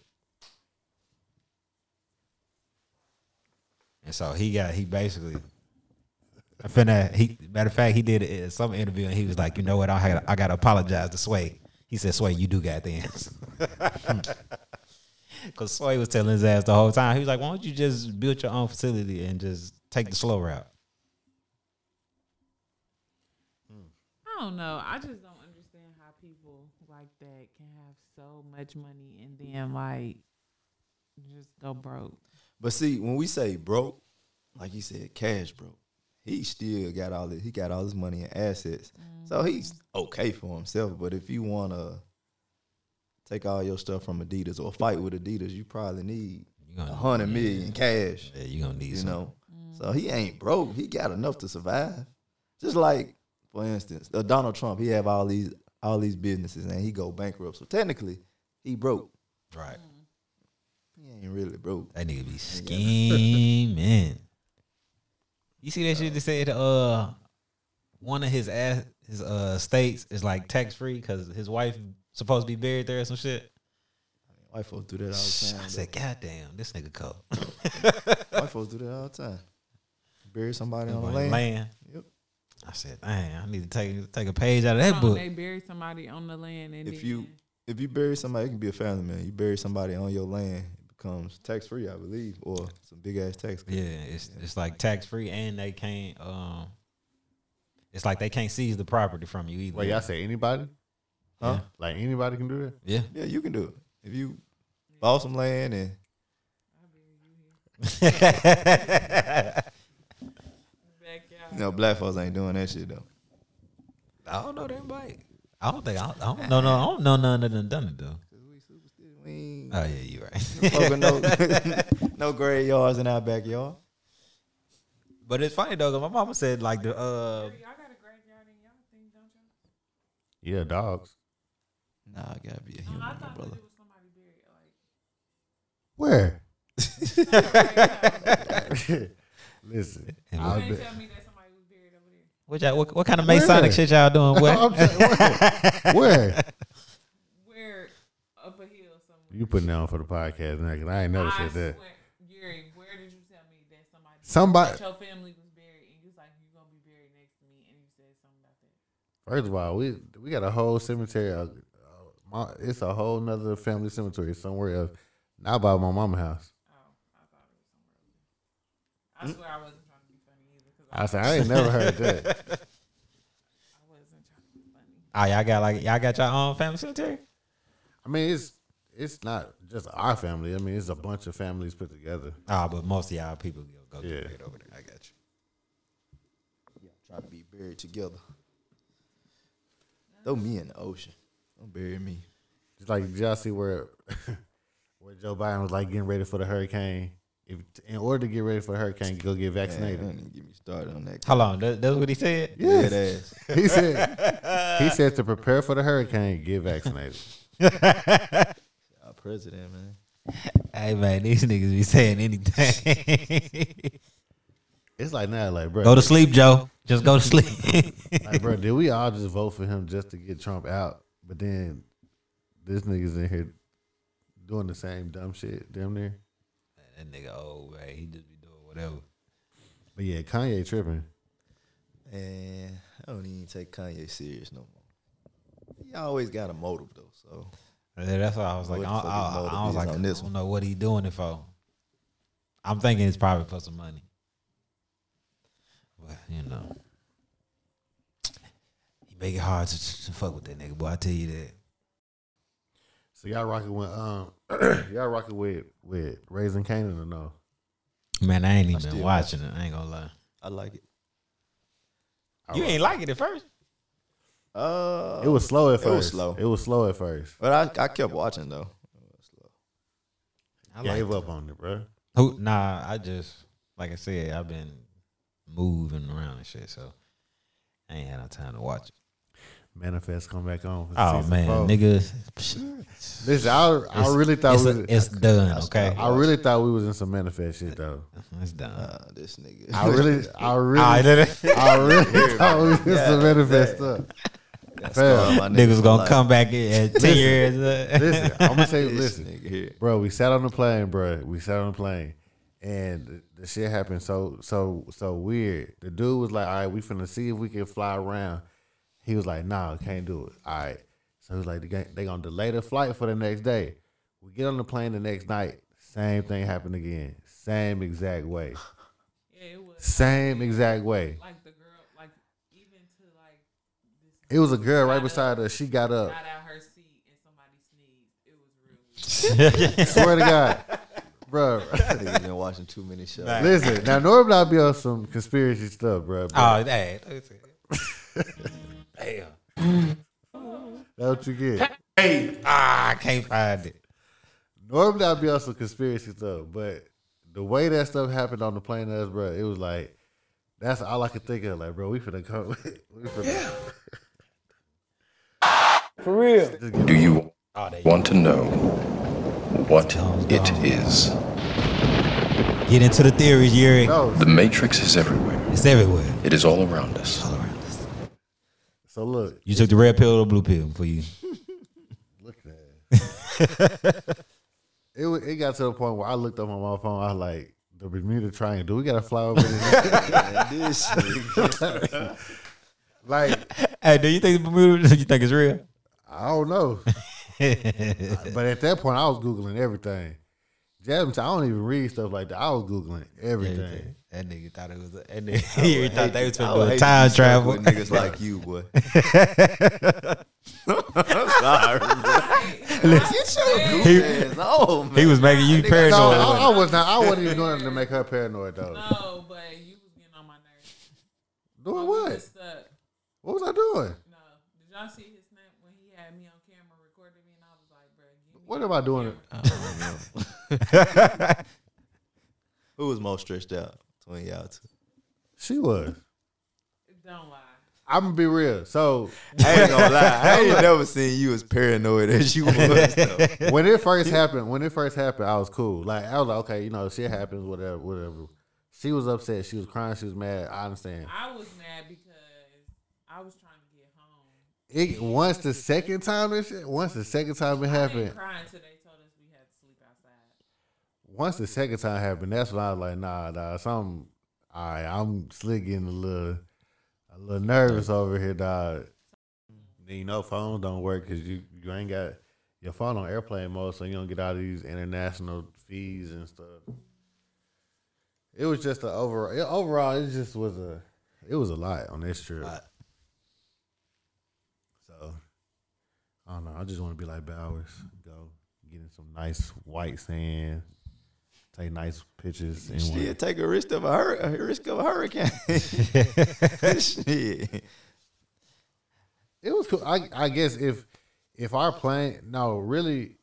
And so he got he basically I finna. He matter of fact, he did uh, some interview and he was like, you know what? I had I gotta apologize to Sway. He said, Sway, you do got things. Cause Sway was telling his ass the whole time. He was like, why don't you just build your own facility and just take the slow route?
I don't know. I just don't understand how people like that can have so much money and then like just go broke.
But see, when we say broke, like you said, cash broke. He still got all this. He got all this money and assets,
Mm-hmm.
so he's okay for himself. But if you wanna take all your stuff from Adidas or fight with Adidas, you probably need
You
a
gonna-
hundred million cash.
Yeah, you gonna need
You
some. Mm.
know, so he ain't broke. He got enough to survive. Just like, for instance, uh, Donald Trump. He have all these all these businesses and he go bankrupt. So technically, he broke.
Right.
He ain't really broke.
That nigga be scheming. you see that shit that said uh one of his ass his uh states is like tax free because his wife supposed to be buried there or some shit.
White folks do that all the time.
I said, God damn, this nigga cold.
though. White folks do that all the time. Bury somebody on the land.
Land.
Yep.
I said, dang, I need to take take a page out of
Hold
that
on,
book.
They buried somebody on the land, and
If
then-
you if you bury somebody, it can be a family man. You bury somebody on your land, it becomes tax free, I believe, or some big ass tax.
Yeah, it's it's like tax free, and they can't. Um, it's like they can't seize the property from you either.
Wait, y'all say anybody?
Huh?
Like anybody can do that?
yeah.
Yeah, you can do it if you bought some land and
backyard.
you know black folks ain't doing that shit though.
I don't know that bike. I don't think I, I don't know. No, I don't know none of them done it though.
We ain't
Oh yeah, you right.
fucking no no graveyards in our backyard.
But it's funny though. 'cause My mama said like the uh,
Y'all got a graveyard in y'all thing, don't you?
Yeah, dogs.
Nah, I gotta be a
No,
human,
I
my
thought
brother.
that it was somebody buried. Like,
Where? Listen, I've
you
been-
didn't tell me that somebody was buried over there.
what, y'all, what what kind of
Where?
Masonic shit y'all doing? What?
Oh, I'm saying, where? where?
Where up a hill somewhere.
You putting that on for the podcast, nigga. I ain't never
I
said that.
swear, Yuri, where did you tell me that somebody
Somebody,
that your family was buried, and you was like, you gonna be buried next to me, and you said something about that.
first of all, we we got a whole cemetery. uh, uh, my- It's a whole nother family cemetery somewhere else, not by my mama house.
Oh, I thought it was somewhere else. I swear I wasn't trying to be funny either, because I,
I said I ain't never heard that.
I wasn't trying to be funny.
Oh, y'all got like y'all got your own family cemetery.
I mean, it's it's not just our family. I mean, it's a bunch of families put together.
Ah, but most of y'all people go, go
Yeah.
get buried over there. I got you.
Try to be buried together. Throw me in the ocean. Don't bury me.
Just like did y'all see where where Joe Biden was like getting ready for the hurricane. If in order to get ready for the hurricane, go get
Man,
vaccinated.
don't even get me started on that.
Hold on, that, that's what he said.
Yes.
Dead ass.
He said he said to prepare for the hurricane, get vaccinated.
Our president, man.
Hey man, these niggas be saying anything.
It's like now, like bro,
go to sleep, Joe. Just go to sleep.
like bro, did we all just vote for him just to get Trump out? But then this nigga's in here doing the same dumb shit, damn near.
that nigga old man, he just be doing whatever.
But yeah, Kanye tripping.
And I don't even take Kanye serious no more. He always got a motive though, so
Yeah, that's why I was like, I,
What the fuck his
I,
motive
I was
is
like,
on this
I
one?
don't know what he doing it for. I'm thinking it's probably for some money, but you know, he make it hard to, to fuck with that nigga. Boy, I tell you that.
So y'all rocking with um y'all rocking with with raising Canaan or no?
Man, I ain't even
still
been watching it. I ain't gonna lie.
I like it.
I
You
rock-
ain't like it at first.
Uh
It was slow at
It
first.
was slow.
It was slow at first.
but I, I kept watching though.
I
Gave
liked it.
up on it, bro.
Who? Nah, I just like I said, I've been moving around and shit, so I ain't had no time to watch it.
Manifest come back on. for
Oh
season
man,
four.
nigga,
Listen, I, I really thought
it's,
we was, Uh,
it's done. Okay,
I really thought we was in some manifest shit though.
it's done.
Uh this nigga.
I really, I really,
All right,
I,
nigga.
really thought we was in some manifest stuff.
That's
Fam.
all my
Niggas gonna
like.
come back in at ten years. uh,
Listen, I'm gonna say,
This
listen,
nigga here.
bro. We sat on the plane, bro. We sat on the plane, and the, the shit happened so, so, so weird. The dude was like, "All right, we finna see if we can fly around." He was like, "Nah, can't do it." All right, so he was like, "They gon- "They gonna delay the flight for the next day." We get on the plane the next night. Same thing happened again. Same exact way.
Yeah, it was
Same exact way.
like the girl, like even to like this.
It was a girl right beside her. She got up.
got out her seat and somebody sneezed. It was real. weird.
Swear to God, bro.
Nigga been watching too many shows.
Listen, now normally I'd be on some conspiracy stuff, bro. but
oh, hey, listen. damn!
That's what you get.
Ah, I can't find it.
Normally I'd be on some conspiracy stuff, but the way that stuff happened on the plane, to us, bro, it was like that's all I could think of. Like, bro, we finna come. we finna,
Do you
Oh, they
want to know what it is?
get into the theories, Yuri.
No,
The Matrix is everywhere.
It's everywhere.
It is all around us.
All around us.
so look,
You took the red pill or the blue pill for you.
look at that. It wa- it got to the point where I looked up on my phone. I was like, the Bermuda Triangle. We got to fly over there.
this shit.
like
Hey, do you think the Bermuda? You think it's real?
I don't know, but at that point I was googling everything. Jasmine, said, I don't even read stuff like that. I was googling everything.
Everything. That nigga thought it was. A, that nigga he thought they was
I
finna
would
do
hate
a
to
time
be stuck
travel.
with niggas like you, boy. Sorry,
He-
no, man.
He was making you
No,
paranoid.
I, I was not. I wasn't even doing it to make her paranoid though.
No, but you was getting on my nerves.
Doing
You
what?
was stuck.
What was I doing?
No, did y'all see his snap when he had me on camera recording me, and I was like, bro, give me
What am I doing?
Who was most stressed out between y'all two?
She was.
Don't lie.
I'm gonna be real. So
I ain't gonna lie. I ain't never seen you as paranoid as you was. Though.
when it first happened, when it first happened, I was cool. Like I was like, okay, you know, shit happens, whatever, whatever. She was upset. She was crying. She was mad. I understand.
I was mad because I was trying to get home.
It once the second time this shit, once the second time it
I
happened,
didn't cry until they told us we had to sleep outside.
once the second time happened, that's when I was like, nah, nah, something. All right, I'm slick getting a little, a little nervous over here, dog. You know, phones don't work because you you ain't got your phone on airplane mode, so you don't get all these international fees and stuff. It was just a overall. It, overall, it just was a. It was a lot on this trip.
Lot.
So, I don't know. I just want to be like Bowers. Go get in some nice white sand. Take nice pictures. And
Shit, take a risk of a, hur- a risk of a hurricane. Shit.
It was cool. I I guess if if our plane no really,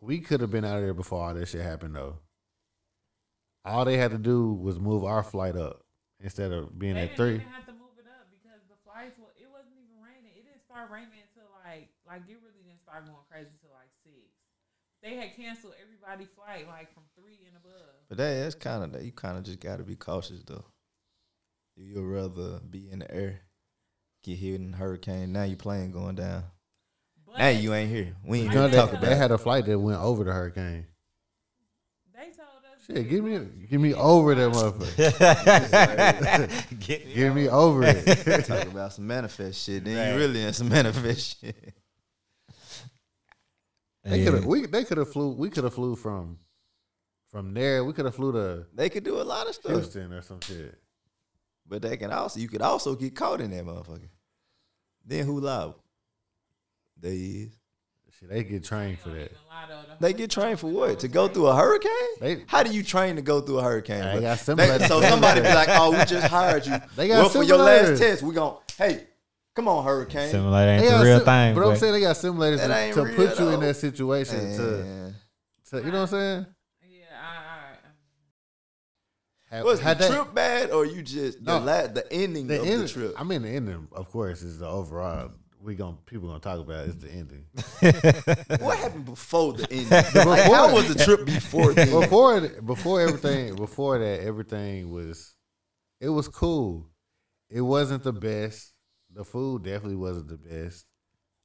we could have been out of there before all that shit happened though. All they had to do was move our flight up instead of being
They
at
didn't
three.
even have to move it up because the flights were, it wasn't even raining. It didn't start raining until like like it really didn't start going crazy until like six. They had canceled everybody's flight like from three and above.
But that, that's kind of that. You kind of just got to be cautious though. You'd rather be in the air, get hit in a hurricane. Now you plane going down.
But
Now you ain't here. We ain't
You
gonna
know,
Like, they
talk
had-
about.
they, they
it.
had a flight that went over the hurricane.
they told us
Shit, give me give me over that motherfucker.
Get me.
Give me over it.
talk about some manifest shit. Then
Right.
you really in some manifest shit.
They
Yeah.
could have we they could have flew we could have flew from from there. We could have flew to
They could do a lot of stuff,
Houston or some shit.
but they can also you could also get caught in that motherfucker. Then who liable? They is.
Shit, they get trained for that.
a lot of the
They get trained for what? To go through a hurricane?
They-
How do you train to go through a hurricane?
They
bro?
got simulators.
so somebody be like, "Oh, we just hired you.
They got
well, for your
simulators.
last test, we gon' hey, come on, hurricane."
Simulator ain't
They got
the real
sim-
thing.
But
boy.
I'm saying they got simulators
That
to,
ain't
to
real
put you in
though.
that situation to,
Man.
to you know what I'm saying?
yeah, I, I
Had,
Was the
had that-
trip bad or you just
No.
the, la- the ending
the
of
end,
the trip?
I mean the ending, of course, is the overall we gonna people gonna talk about is the ending.
what happened before the ending? like, how was the trip before the ending?
before it- before everything before that everything was it was cool. It wasn't the best. The food definitely wasn't the best.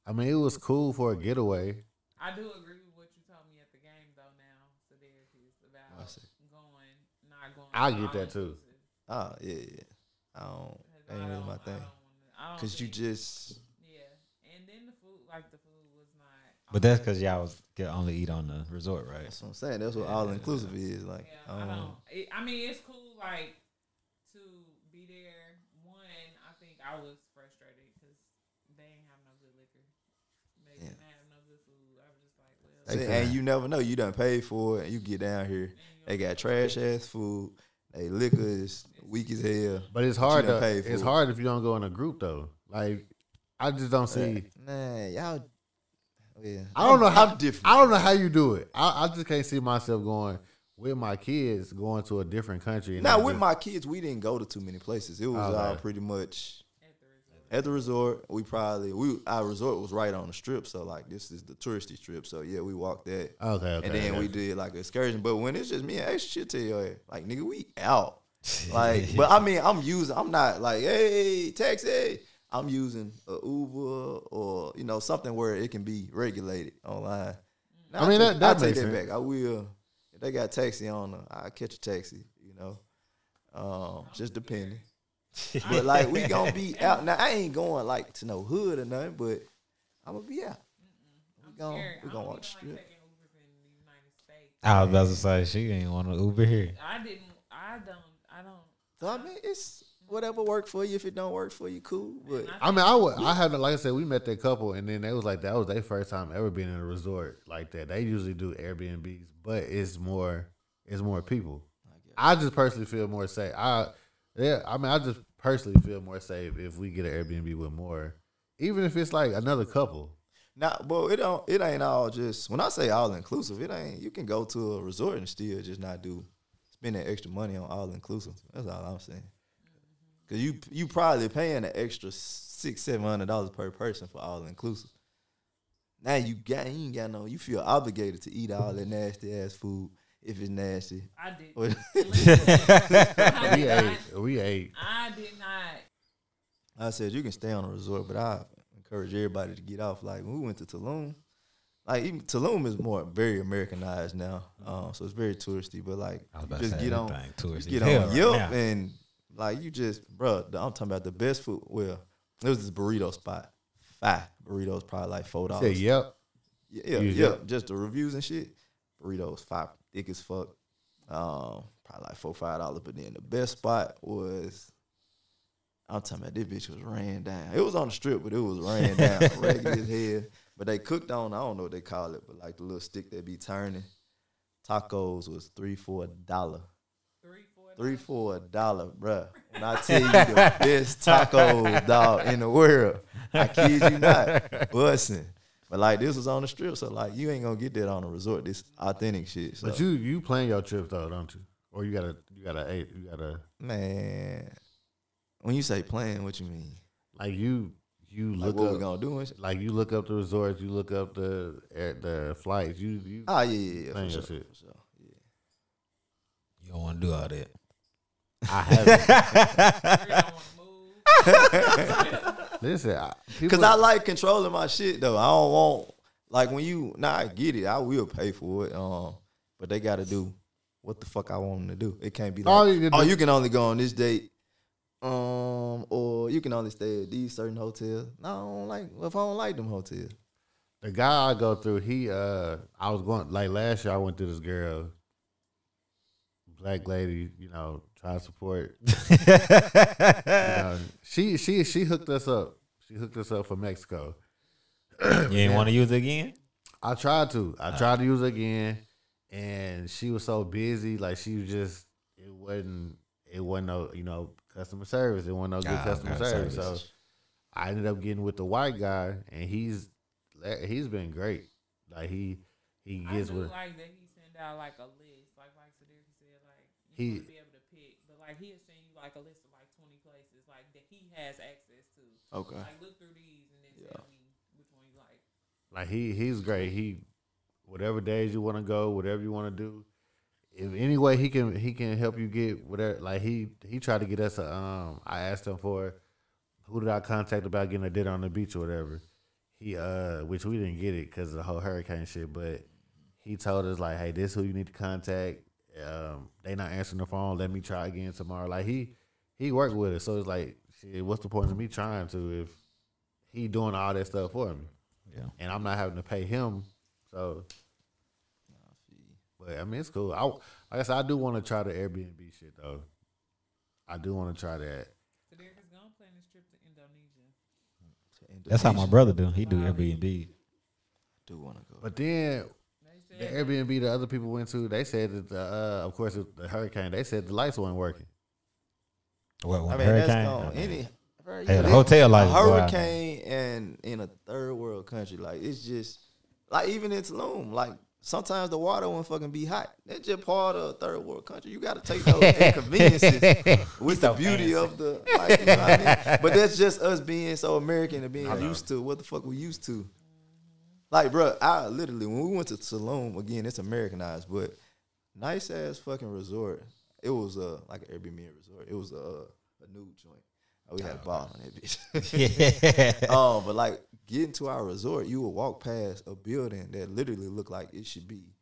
I mean, it was cool for a getaway.
I do agree with what you told me at the game though. Now, so there it is about going, not going.
I
to
get that, too.
Oh
all-inclusive.
yeah, yeah. I don't. That
I
ain't really
don't-
my
I
thing.
don't wanna- I don't
Cause you
think-
just
yeah, and then the food, like the food was not.
But that's because y'all was could only eat on the resort, right?
that's what I'm saying. That's what all inclusive is. Like, um, I
Yeah, I
don't-
don't. It, I mean, it's cool, like to be there. One, I think I was frustrated because they ain't have no good liquor. They
Yeah.
didn't have no good food. I was just like, well,
See, and you never know. You done paid for it. And you get down here, they got trash ass food. They liquor is weak as hell.
But it's hard
done
to
paid for
it's
it.
hard if you don't go in a group though. Like I just don't see.
Nah, y'all. Yeah,
I don't know how
I'm
different. I don't know how you do it. I, I just can't see myself going with my kids going to a different country. and
Now
not
with
just-
my kids, we didn't go to too many places. It was
Oh,
all
okay.
pretty much
at the resort.
at the resort. We probably we our resort was right on the strip, so like this is the touristy strip. So yeah, we walked that.
okay, okay.
and then
okay.
we did like an excursion. But when it's just me and extra shit to your ass, like nigga, we out. Like, but I mean, I'm using. I'm not like, hey, taxi. I'm using a Uber or you know something where it can be regulated online.
I mean, that- that
I take
makes
that
sense.
back. I will. If they got taxi on them, I catch a taxi. You know, um, just depending. but like we gonna be out now. I ain't going like to no hood or nothing, but I'm gonna be out. "Oh, We gonna we gonna walk the strip.
I was about to say she ain't want to Uber here.
I didn't. I don't. I don't.
So I mean, it's whatever work for you. If it don't work for you, cool. But
I mean, I would, I haven't, like I said, we met that couple, and then they was like, that was their first time ever being in a resort like that. They usually do Airbnbs, but it's more, it's more people. I just personally feel more safe. I, yeah, I mean, I just personally feel more safe if we get an Airbnb with more, even if it's like another couple.
Nah, but it don't. It ain't all just. When I say all inclusive, it ain't. You can go to a resort and still just not do spend that extra money on all inclusive. That's all I'm saying. Cause you you probably paying an extra six seven hundred dollars per person for all inclusive. Now you got you ain't got no. You feel obligated to eat all that nasty ass food if it's nasty.
I did.
Or-
I
We
did
ate,
not.
we ate.
I did not.
I said you can stay on a resort, but I encourage everybody to get off. Like when we went to Tulum, like even Tulum is more very Americanized now, um, so it's very touristy. But like
I was
you
about
just
to say
get on,
everything
you
touristy
get
as hell
on
right
Yelp,
now.
and like you just, bruh, the- I'm talking about the best food. Well, it was this burrito spot, five burritos, probably like four
Yeah,
dollars.
yep.
Yeah, yeah,
Use
yeah.
that.
Just the reviews and shit. Burritos, five thick as fuck. Um, probably like four, five dollars. But then the best spot was I'm talking about this bitch was ran down. It was on the strip, but it was ran down, ragged as hell. But they cooked on, I don't know what they call it, but like the little stick that be turning. Tacos was three for a dollar.
Three, four.
Three for a dollar, bruh. When I tell you the best tacos, dog, in the world, I kid you not, bussin'. But like this was on the strip, so like you ain't gonna get that on a resort. This authentic shit. So
But you, you plan your trip though, don't you? Or you gotta, you gotta, eat- you gotta,
man, when you say playing, what you mean?
like you, you
Like
look
what
up.
we gonna do and shit?
like you look up the resorts, you look up the air the flights, you you
Oh yeah, yeah, yeah,
Plan
for
your
sure,
shit.
for sure. Yeah.
You don't want to do all that.
I have
Three don't want to move.
listen. I, people,
Cause I like controlling my shit though. I don't want like when you nah, I get it. I will pay for it. Um, but they gotta do what the fuck I want them to do. It can't be like
All
oh
you
you,
can do-
can only go on this date. Um, or you can only stay at these certain hotels. No, I don't like if I don't like them hotels.
the guy I go through, he uh, I was going like last year. I went through this girl, black lady, you know, try to support. you know, she she she hooked us up. She hooked us up for Mexico.
You ain't want to use it again?
I tried to. I tried to use it again, and she was so busy. Like she was just. It wasn't. It wasn't no. You know, customer service. It wasn't no good
Ah,
customer
okay,
service.
service.
So I ended up getting with the white guy, and he's he's been great. Like he he
I
gets
do
with.
like that he send out like a list, like like Siddiqui said, like
He-
you want to be able to pick, but like he'll send you like a list of like twenty places like that he has access to.
Okay.
Like look through these and then tell me which one you like.
Like he he's great. He whatever days you want to go, whatever you want to do. If any way he can he can help you get whatever like he he tried to get us a um I asked him for who did I contact about getting a dinner on the beach or whatever. He uh which we didn't get it because of the whole hurricane shit, but he told us like, hey, this who you need to contact. Um, they not answering the phone. Let me try again tomorrow. Like he he worked with us, so it's like, shit, what's the point of me trying to if he doing all that stuff for me?
Yeah.
and I'm not having to pay him. So, but I mean, it's cool. I like I said, I do want to try the Airbnb shit though. I do want to try that.
Siddiqui is gonna plan this trip to Indonesia.
That's how my
brother
brother do. He do Airbnb.
do wanna go.
But then
They
the
said
Airbnb the other people went to, they said that the, uh, of course with the hurricane, they said the lights weren't working.
What,
I
when
mean
hurricane?
that's gone.
Okay.
Any bro,
Hey,
yeah,
the
that-
hotel lights
a
go out.
hurricane and in a third world country, like it's just like even in Tulum, like sometimes the water won't fucking be hot. That's just part of a third world country. You got to take those inconveniences with the beauty of the. Like, you know what I mean? But that's just us being so American and being used to what the fuck we used to. Like, bro, I literally when we went to Tulum again, it's Americanized, but nice ass fucking resort. It was uh like an Airbnb resort. It was Oh,
Oh,
a a nude joint. We had a ball on that bitch.
Yeah.
Oh, but like getting to our resort, you would walk past a building that literally looked like it should be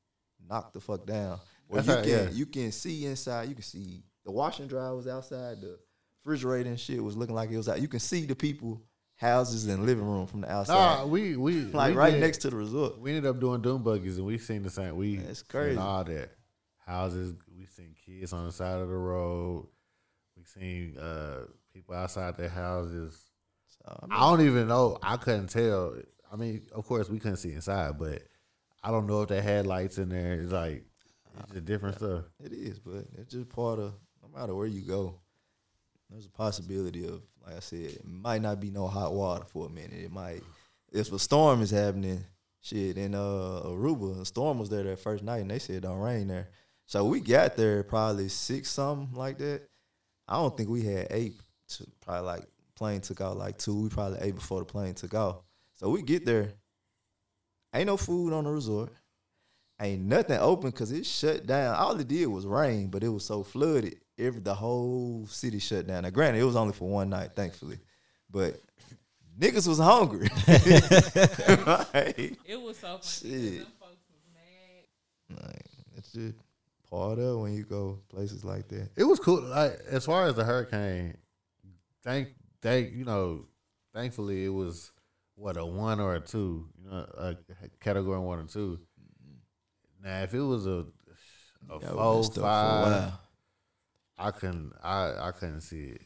knocked the fuck down. Where
That's
you
how-
can
yeah.
you can see inside. You can see the wash and dry was outside. The refrigerator and shit was looking like it was out. You can see the people houses and living room from the outside,
Nah, we we
like
we
right
did-
next to the resort.
We ended up doing doom buggies, and we seen the same. We
That's
seen
crazy.
all that houses. We seen kids on the side of the road. We seen uh, people outside their houses.
So, I
I don't even know. I couldn't tell. I mean, of course, we couldn't see inside, but I don't know if they had lights in there. It's like it's just different stuff.
It is, but it's just part of no matter where you go, there's a possibility of like I said, it might not be no hot water for a minute. It might if a storm is happening, shit, in uh Aruba, a storm was there that first night and they said it don't rain there. So we got there probably six something like that. I don't think we had eight to probably like plane took out like two. We probably ate before the plane took off. So we get there. Ain't no food on the resort ain't nothing open because it shut down. All it did was rain, but it was so flooded. Every the whole city shut down. Now, granted, it was only for one night, thankfully, but niggas was hungry. Like,
It was so funny. because
Shit.
them folks was mad.
like, it's just part of when you go places like that.
It was cool. Like as far as the hurricane, thank thank you know, thankfully it was what a one or a two, you know, a category one or two. Now if it was a
Yeah,
a
we
four
messed up for a
five,
while.
I couldn't I I couldn't see it.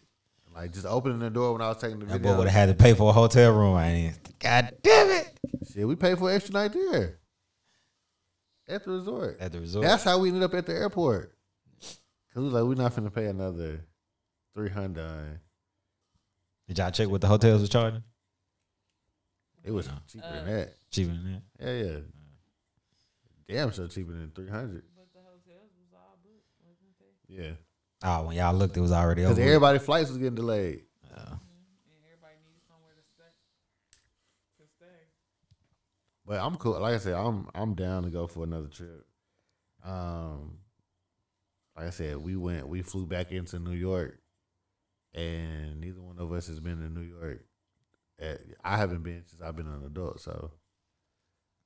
Like just opening the door when I was taking the
That boy
video.
would have had to pay for a hotel room. I ain't. God damn it!
Shit, we paid for an extra night there at the resort.
At the resort,
That's how we ended up at the airport. Cause we like we're not finna pay another three hundred.
did y'all check what the hotels were charging?
It was
No.
cheaper than that.
Cheaper than that.
Yeah, yeah. Damn, sure cheaper than three hundred.
But the hotels was all booked, wasn't they?
Yeah,
Oh, when y'all looked, it was already
because
over.
everybody flights was getting delayed.
And everybody needed somewhere to stay. To stay.
But I'm cool. Like I said, I'm I'm down to go for another trip. Um, like I said, we went, we flew back into New York, and neither one of us has been to New York. At, I haven't been since I've been an adult, so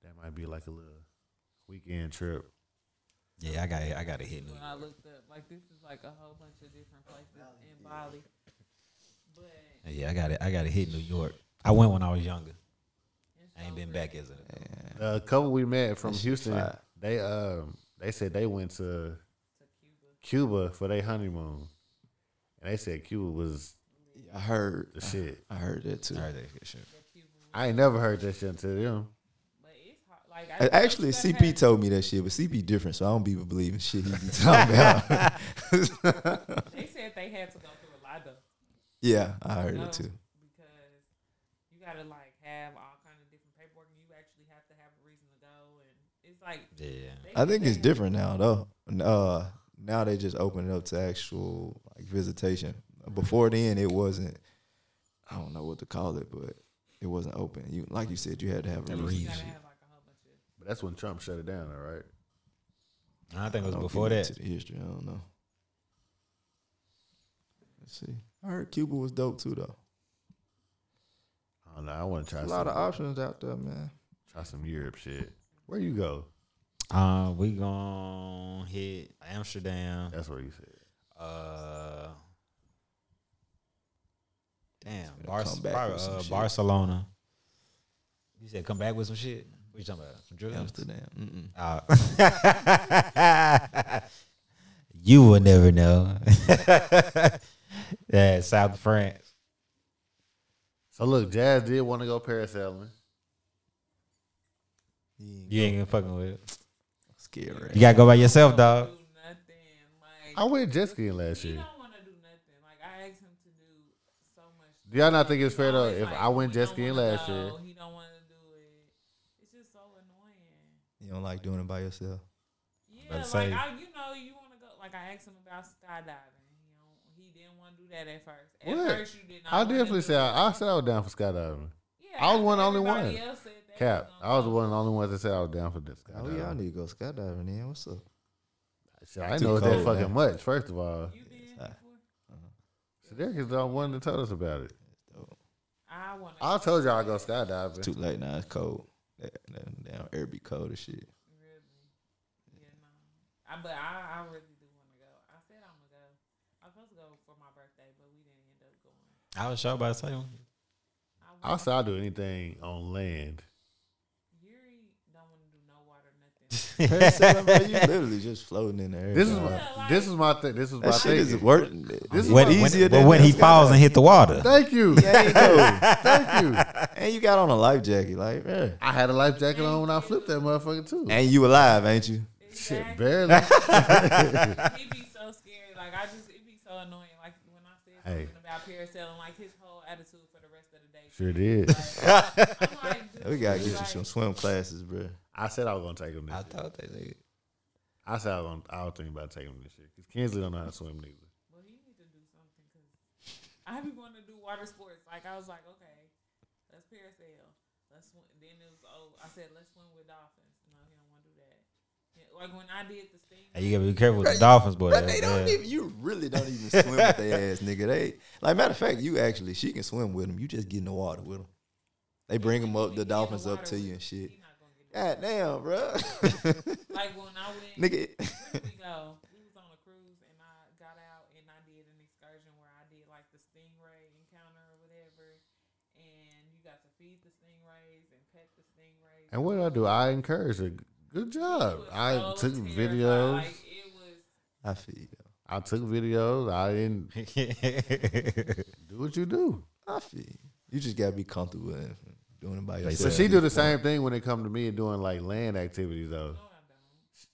that might be like a little weekend trip.
yeah, I got I got to hit New
when
York.
I looked up. Like this is like a whole bunch of different places in Bali. But
Yeah, I got it. I got to hit New York. I went when I was younger.
it's
I ain't
so
been
great.
back as a.
A couple we met from
That's
Houston,
fire.
they um they said they went to
to Cuba.
Cuba for their honeymoon, and they said Cuba was
Yeah, I heard,
the shit.
I heard that too.
Alright, that's good shit.
The Cuba.
I ain't never heard that shit until them.
But it's hard. Like I
A- Actually,
you gotta
CP
have-
told me that shit, but CP different, so I don't be believing shit he be talking about.
They said they had to go through a lot though.
yeah, I heard
No,
it too.
Because you gotta like have all kind of different paperwork, and you actually have to have a reason to go, and it's like.
Yeah.
they-
I think
they
it's
had-
different now though. N- Uh, now they just open it up to actual like visitation. Before then, it wasn't. I don't know what to call it, but it wasn't open. You like you said, you had to have a
A
You
reason.
gotta
reason.
have like a whole bunch of.
But that's when Trump shut it down, all right?
I think it was
I don't
before
get
that.
into the history, I don't know. Let's see. I heard Cuba was dope too, though.
I don't know. I want to try
A
some,
lot of options out there, man.
try some Europe shit. Where you go?
Uh, we gonna hit Amsterdam.
That's where you said.
Uh, damn,
Gonna
Bar-
come back
probably,
with some
uh,
shit.
Barcelona. You said come back with some shit. What you talking about? Some drugs?
Amsterdam. Mm-mm.
Uh, you will never know. yeah, South of France.
So look, Jazz did want to go parasailing.
You ain't gonna fucking with it.
Scary.
You gotta go by yourself, dog.
Do nothing like.
I went jet skiing last
He
year.
don't want to do nothing. Like I asked him to do so much.
Do y'all not think it's
He's
fair though?
always
If
like,
I went
he
jet
don't
skiing
wanna
last year,
go, he don't want to do it. It's just so annoying.
You don't like doing it by yourself.
Yeah, like
say-
I, you know, you want to go. Like I asked him about skydiving. He don't. He didn't want to do that at first. At
What?
first, you did not.
I
wanna
definitely
do
said
it.
I, I said I was down for skydiving.
Yeah,
I was one
after
only one.
everybody else said they
Cap,
was gonna
I was the
go.
one, the only one that said I was down for this
Oh,
skydiving.
y'all need to go skydiving then. What's up?
Shit, I didn't
Too
know it was that
cold,
fucking
man.
much. First of all,
You been
Yeah.
before?
so Derek is the one that told us about it.
I I want to.
I told y'all I go
It's
skydiving.
too late now. It's cold. That, that damn air be cold as shit.
Really? Yeah, no. I, but I, I really do want to go. I said I'm gonna go. I was supposed to go for my birthday, but we didn't end up going.
I was sure about to say
I
I
want
say I'll do anything on land.
Yuri don't want to do no water, nothing.
Parasailing, bro, you literally just floating in the air.
This is
dog.
my this is my thing. This is my
that shit
thing.
is working. This
is
is
What,
When-
easier
when,
than
but when he
that.
falls and hit the water,
Thank you.
There you go.
Thank you.
and you got on a life jacket, like, yeah.
I had a life jacket on when I flipped that motherfucker too.
and you alive, ain't you?
Shit,
Exactly.
barely.
he be so scared. Like I just, it be so annoying. Like when I said
Hey.
something about parasailing, like his whole attitude for the rest of the day.
sure did.
I'm like, dude,
We gotta get you
like,
some swim classes, bro.
I said I was gonna take him this.
I
year.
thought that nigga.
I said I was, gonna, I was thinking about taking him this year because Kinsley don't know how to swim neither.
Well, he need to do something because I be wanting to do water sports. Like I was like, okay, let's parasail. Let's swim. Then it was oh, I said let's swim with dolphins. No, he don't want to do that. Yeah, Like when I did the steam,
Hey, you gotta be careful with the dolphins, boy.
But they
Yeah.
don't even. You really don't even swim with their ass, nigga. They like matter of fact, you actually she can swim with them. You just get in the water with them. They bring them up, the dolphins up to you and shit.
he not gonna get it.
God damn, bro.
Like when I went,
nigga,
we go. We was on a cruise and I got out and I did an excursion where I did like the stingray encounter or whatever. And you got to feed the stingrays and pet the stingrays.
And what did I do? I encouraged her. Good job.
was
I
so
took
terrified.
videos.
Like it was
I feel you. though.
I took videos. I didn't do what you do.
I feel you. You just gotta be comfortable in doing it by yourself.
But she do the same thing when it come to me and doing like land activities though.
no, I don't.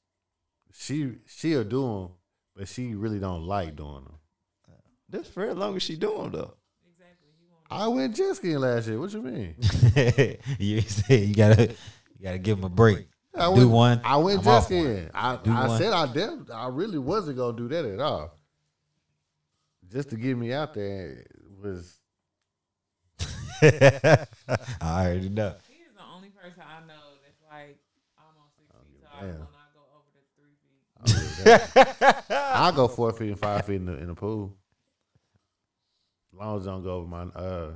She she'll do them, but she really don't like doing them.
That's for as long as she doing though.
Exactly. He won't.
I went jet skiing last year. What you mean?
you said you gotta, you gotta give him a break.
I
do one.
I went
I'm
jet
off one.
skiing. I,
Do
I
one.
said I did. I really wasn't gonna do that at all. Just to get me out there was
I already know.
He is the only person I know that's like almost six feet
Oh,
tall.
damn.
When I go over the three feet,
I go four feet and five feet in the, in the pool. As long as I don't go over my uh,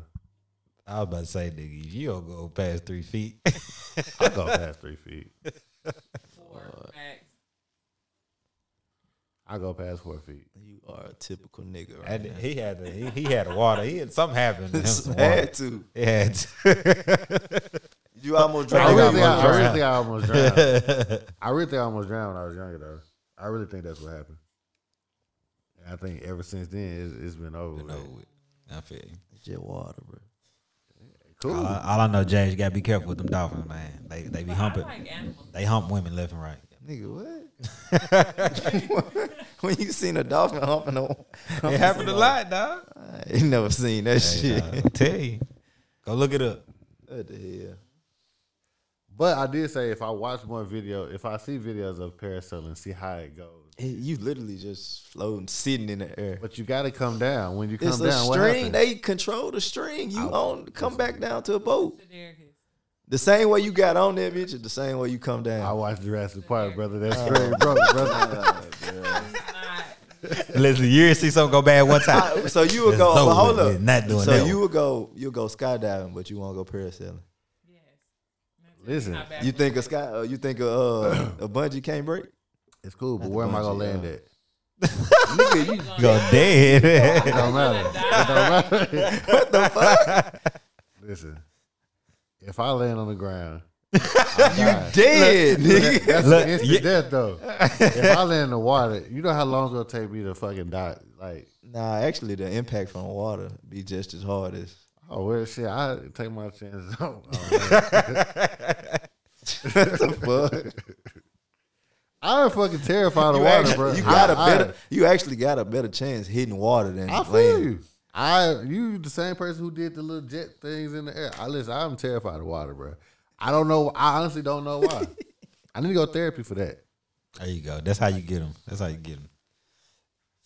I was about to say, nigga, if you don't go past three feet,
I go past three feet.
four max.
I go past four feet.
You are a typical nigga. Right
and he had to, he, he had a water. He had something happened. To him some water.
Had to.
He had to.
You almost
I
drowned.
really, think I,
almost
I really think I almost drowned. I really think I almost drowned when I was younger, though. I really think that's what happened. And I think ever since then, it's, it's been over. with.
over with. I feel you.
Jet water, bro.
Cool.
All,
Uh,
I- all I know, James, you gotta be careful with them dolphins, man. They they be
But I
humping.
like animals.
They hump women left and right.
Nigga, what? when you seen a dolphin humping a
It happened a lot, dog.
I ain't never seen that shit.
tell you. Go look it up.
What the hell?
But I did say if I watch more video, if I see videos of parasailing, see how it goes.
Hey, you literally just floating, sitting in the air.
But you got to come down. When you come
It's a
down, what
string.
happens?
They control the string. You on come back down to a boat.
Sedaricus.
The same way you got on there, bitch, is the same way you come
I
down.
watched Jurassic Park, brother. That's
Uh.
very broke, brother.
It's not.
Listen, you see something go bad one time.
I- so you would
It's
go.
over
But hold
with.
up.
We're not doing
so
that
you
one.
would go. You'll go skydiving, but you won't go parasailing.
Yes.
Listen,
Not bad
You
for
think a
you.
sky? Uh, you think a uh, a bungee can't break?
It's cool, but where am I gonna land at?
Nigga, you
Go dead.
It don't matter. It don't matter.
what the fuck?
Listen, if I land on the ground, I'm dying.
Dead, nigga.
That's
Look,
an instant
yeah.
death, though. if I land in the water, you know how long it'll take me to fucking die. Like,
Nah, actually, the impact from water be just as hard as.
oh well, shit, I take my chances. Oh, I'm fucking terrified of
You,
water,
actually,
bro.
you got
I-
a better. you actually got a better chance hitting water than
I, I feel
land.
you. I you the same person who did the little jet things in the air. I listen. I'm terrified of water, bro. I don't know. I honestly don't know why. I need to go therapy for that.
There you go. That's how you get them. That's how you get them.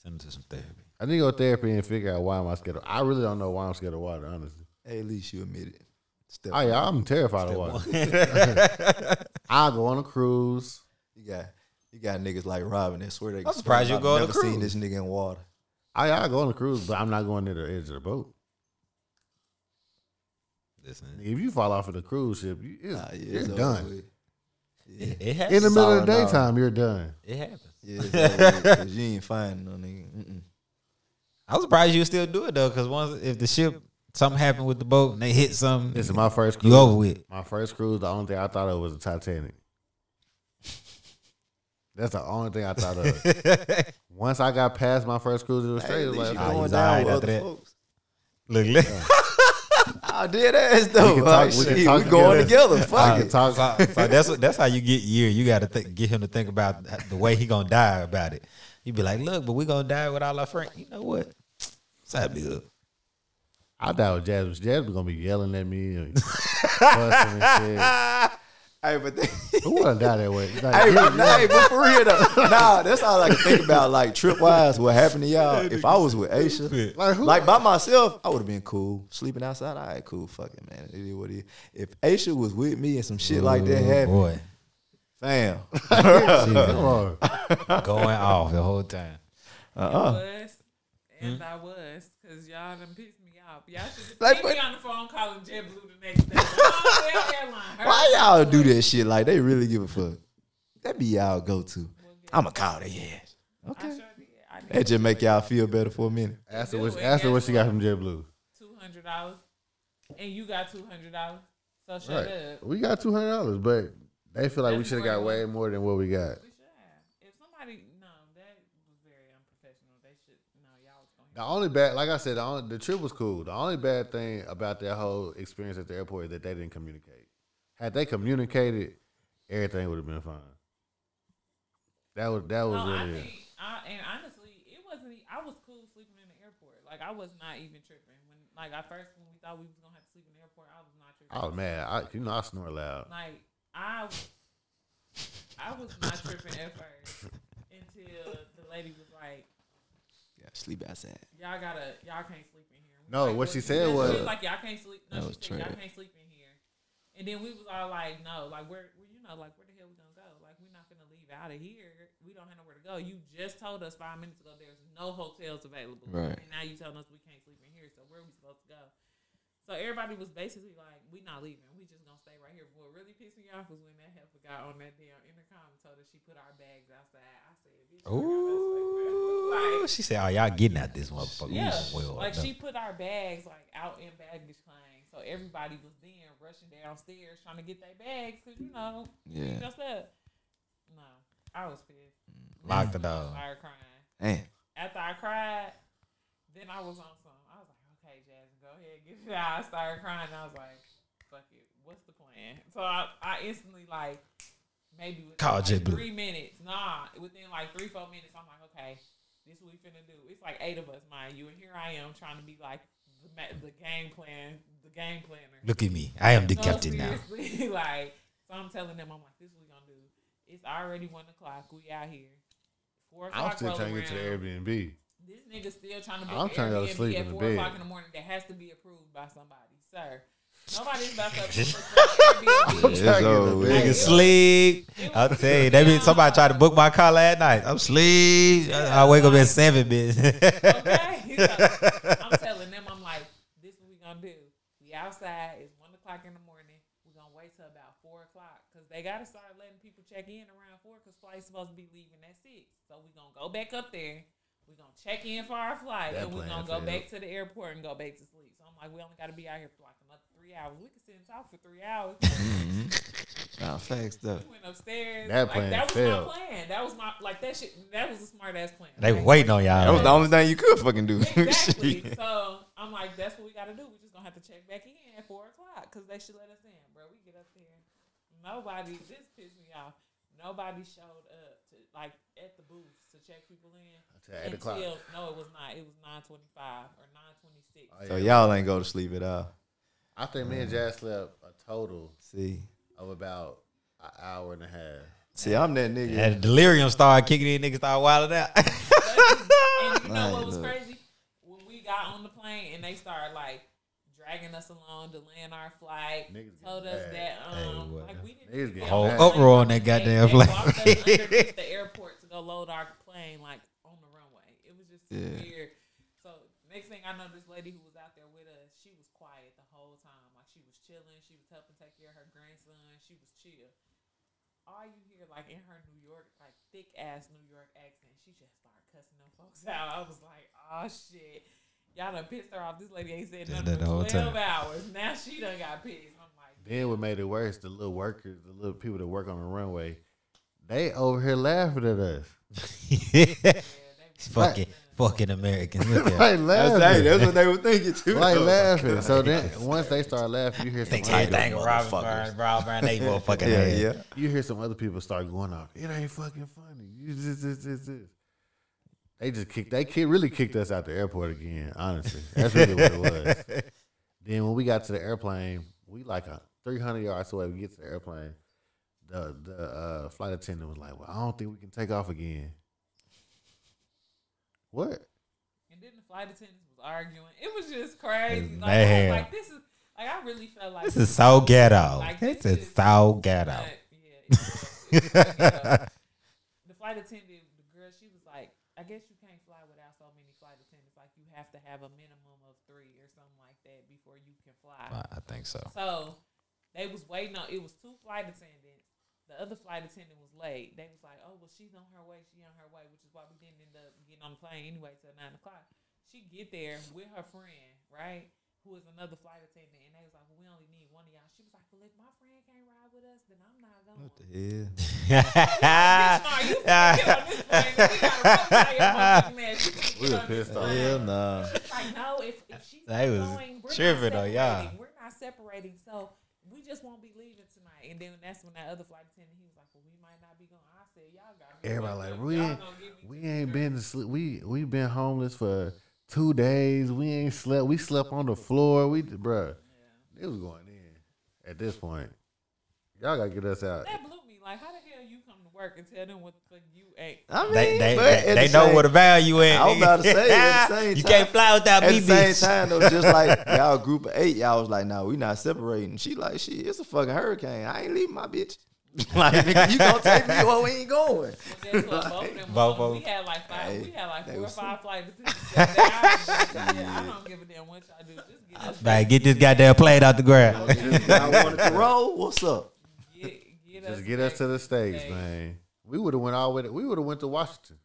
Send them to some therapy.
I need to go therapy and figure out why am I scared. Of, I really don't know why I'm scared of water, honestly.
Hey, at least you admit it. Step
I, I'm terrified of water. I go on a cruise.
You got you got niggas like Robin that swear they.
I'm surprised you
I've
go on a
Never seen
cruise.
this nigga in water.
I I go on a cruise, but I'm not going near the edge of the boat.
Listen,
If you fall off of the cruise ship, you, it's,
Nah, yeah, it's
you're
over
done.
with.
it, it happens.
In the middle
Solid
of the
hour.
daytime, you're done.
It happens.
Yeah, it's over with, 'cause you ain't finding no nigga. Mm-mm.
I was surprised you still do it though, because once if the ship something happened with the boat and they hit something,
This is my first cruise.
you over with.
My first cruise, the only thing I thought of was the Titanic. That's the only thing I thought of. Once I got past my first cruise, it was
Hey,
straight.
at
It was
least
like,
you
"Ah,
going
he's
down
alright
with
after
other
that."
folks.
Look, look.
I did ass though.
We can
Oh,
talk- we can
shit,
talk
we going
together.
together.
I
Fuck
can
it.
talk.
So, so that's what, that's how you get year. You got to th- get him to think about the way he gonna die about it. You be like, look, but we gonna die with all our friends. You know what? That'd be good.
I doubt with Jasmine. Jasmine gonna be yelling at me and fussing and
Hey, but they,
shit. Who wanna die that way? Like,
hey,
you-
but, nah, hey, but for real though, nah, that's all I can think about. Like trip wise, what happened to y'all? If I was with Aisha,
Like, who-
like by myself, I would have been cool sleeping outside. All right, cool, fuck it, man. It is what it is. If Aisha was with me and some shit like that happened,
Boy,
fam,
come on.
going off the whole time.
Oh.
uh-uh.
was, and
Hmm?
I was, cause y'all done pissed me off. Y'all should just
Like,
like,
but-
me on the phone calling JetBlue the next day. Oh, airline, hurry.
why y'all do that shit? Like they really give a fuck. That be y'all go to. I'ma call their ass.
I
Okay.
sure did. I need
That just make y'all feel better for a minute.
Ask her what, she- ask her what she got from JetBlue.
two hundred dollars, and you got two hundred dollars. So shut
Right.
up.
We got two hundred dollars, but they feel like we should have got way more than what we got.
We should have. If somebody, no, that was very unprofessional. They should, no, y'all was gonna.
The only bad, like I said, the, only, the trip was cool. The only bad thing about that whole experience at the airport is that they didn't communicate. Had they communicated, everything would have been fine. That was that was
No, I
really. it.
think, I, and honestly, it wasn't. e- I was cool sleeping in the airport. Like I was not even tripping. When like at first when we thought we was gonna have to sleep in the airport, I was not tripping.
I was mad. I, you know, I snore loud.
Like I, I was not tripping at first until the lady was like,
Yeah, sleep outside.
"Y'all gotta, y'all can't sleep in here." We
No,
like,
what she said
she
was-
like, "Y'all can't sleep." No,
That
she
was
said, "Y'all
trash.
can't sleep in here." And then we was all like, "No, like where, where you know, like where the hell we gonna go? Like we're not gonna leave out of here. We don't have nowhere to go. You just told us five minutes ago there's no hotels available,
Right.
And now you telling us we can't sleep in here. So where are we supposed to go?" So everybody was basically like, "We not leaving. We just gonna stay right here." But what really pissed me off was when that helper got on that damn intercom and told us she put our bags outside. I said, "Bitch, y'all got us like,
Ooh,
like,
she said, "Oh, y'all getting out this motherfucker?"
yeah,
well,
like
no.
she put our bags like out in baggage claim, so everybody was then rushing downstairs trying to get their bags because you know,
Yeah.
just up. No, I was pissed.
locked the
I
dog.
started crying
Damn.
after I cried, then I was on some. I was like, okay, Jasmine, go ahead, get it out. I started crying. I was like, fuck it, what's the plan? So I, I instantly like, maybe within
Call
like
JetBlue.
three minutes. Nah, within like three four minutes, I'm like, okay, this what we finna do. It's like eight of us, mind you, and here I am trying to be like the, ma- the game plan, the game planner.
Look at me. I am the
No,
captain now.
seriously, like, so I'm telling them, I'm like, this is what we gonna do. It's already one o'clock. We out here. Four o'clock.
I'm still
roll
trying to get to the
around.
Airbnb.
This nigga still trying to book
I'm
I'm
trying to go
Airbnb
to sleep
at
in the
four
bed.
o'clock in the morning that has to be approved by somebody, sir. Nobody's about to approve Airbnb.
It's
Trying to get to
over
the
with.
bed.
Nigga sleep. I tell you, that mean somebody tried to book my car last night. I'm sleep. I I wake up at seven, bitch.
Okay, So, I'm telling them, I'm like, this what we gonna do. We outside. It's one o'clock in the morning. We gonna wait till about four o'clock because they gotta start letting people check in around four because flight's supposed to be leaving at six. So we gonna go back up there. We gonna check in for our flight
That
and we
plan
gonna go
failed.
back to the airport and go back to sleep. So I'm like, we only gotta be out here for like another three hours. We can sit and talk for three hours.
Nah, facts though.
We went upstairs.
That
That like,
plan
That was
failed.
my plan. That was my like that shit. That was a smart ass plan.
they
Like,
waiting on y'all.
That was the only thing you could fucking do.
Exactly.
Shit.
so I'm like, that's what we got to do. We just gonna have to check back in at four o'clock because they should let us in, bro. We get up there. Nobody. This pissed me off. Nobody showed up to like at the booth to check people in
Until eight o'clock.
until- No, it was not. It was nine twenty five or nine twenty six.
So y'all ain't go to sleep at all.
I think me and Jazz slept a total
See,
of about an hour and a half.
see, I'm that nigga.
And the delirium started kicking in, niggas started wilding out.
and you know
Right,
what was
look.
crazy? When we got on the plane and they started like dragging us along, delaying our flight,
Niggas get
told us
mad.
that
Hey,
um,
what
like
the-
we
Niggas
didn't
get
Whole
mad.
uproar on that goddamn
they walked us
plane.
underneath the airport to go load our plane like on the runway. It was just
Yeah.
weird. So next thing I know, this lady who was out there with us, she was quiet the whole time, like she was chilling. She was helping take care of her grandson. She was chill. All you hear, like in her New York, like thick ass New York accent, she just started cussing them folks out. I was like, oh shit, y'all done pissed her off. This lady ain't said
Did
nothing
that
for
the whole
twelve
time.
hours. Now she done got pissed. I'm like,
Then what made it worse, the little workers, the little people that work on the runway, they over here laughing at us.
fucking fucking Americans. Look at
Like
That's, hey,
laughing.
that's what they were thinking too.
like
though.
laughing. So then once they start laughing, you hear some
Think
other-
anything of Robin Burns, Rob Brown, they motherfucking
Yeah,
ass.
yeah.
you hear some other people start going off. It ain't fucking funny. You just this this this. They just kicked. They kid really kicked us out the airport again. Honestly, that's really what it was. Then when we got to the airplane, we like a three hundred yards away. We get to the airplane. The the uh, flight attendant was like, "Well, I don't think we can take off again." What?
And then the flight attendants was arguing. It was just crazy.
It's
Like, I
mad.
was like this is like I really felt like
This is so ghetto.
Like,
this is
this is-
so
Yeah,
ghetto.
it was- it was really ghetto. the flight attendant, the girl, she was like, I guess you can't fly without so many flight attendants. Like you have to have a minimum of three or something like that before you can fly.
I think so.
So they was waiting on. It was two flight attendants. The other flight attendant was late. They was like, "Oh well, she's on her way. She on her way," which is why we didn't end up getting on the plane anyway till nine o'clock. She get there with her friend, right? Who is another flight attendant, and they was like, well, "We only need one of y'all." She was like, "Well, if my friend can't ride with us, then I'm not going."
What the hell?
Bitch, Ma, you fucking on this plane. We gotta run out of here, motherfucking man. She can't
We
get
were
on this
pissed off.
plane.
Hell nah.
Like, no, if, if she's
They was
going, we're
tripping on
not separating.
y'all.
We're not separating, so we just won't be leaving tonight. And then that's when that other flight attendant, he was like, "Well, we might not be going." I said, "Y'all got me
Everybody like,
fucked up.
we
Y'all
ain't-
gonna get me
We
to
ain't
the
been to sleep. We we been homeless for two days. We ain't slept. We slept on the floor. We bruh. It was going in at this point. Y'all gotta get us out.
That blew me. Like, how the hell you come to work and tell them what the fuck you ain't?
I mean,
They they,
but
they,
at
they
the
know
same-
where the value is.
I was about to say, at the same
you
time-
can't fly without
At
me,
the same
bitch.
time, though, just like y'all group of eight, y'all was like, "No, we not separating." She like, "She, it's a fucking hurricane. I ain't leaving my bitch. like, nigga, you gonna take me where we ain't going?"
Well, guess what? Both of them
Both of
was- we had like five.
Hey,
we had like
they
four or
was-
five flights. yeah, I don't give a damn what y'all do. Just get us.
Like, get this goddamn plate out the ground.
I wanted to roll. What's up?
Get, get
Just get us
back
to the states,
States.
man. We would have went all with it. We would have went to Washington.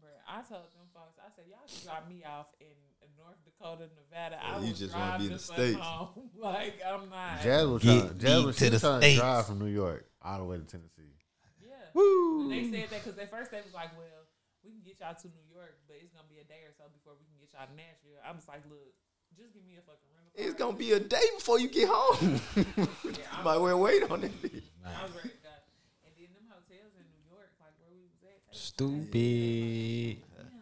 Bruh, I told them folks, I said, y'all should drop me off in North Dakota, Nevada. I
you
would
just wanna
drive
be in
the
the
fuck
States.
home. like, I'm not.
Jazz was
Get
trying. Jazz
me
was
to
she
the
was trying to
States.
drive from New York all the way to Tennessee.
yeah. They said that because at first they was like, well, we can get y'all to New York, but it's going to be a day or so before we can get y'all to Nashville. I was like, look, just give me a fucking rental car.
It's gonna be a day before you get home. Might well wait on it. bitch.
I was ready to go. And then them hotels in New York, like where we was at. they was
Stupid.
Damn.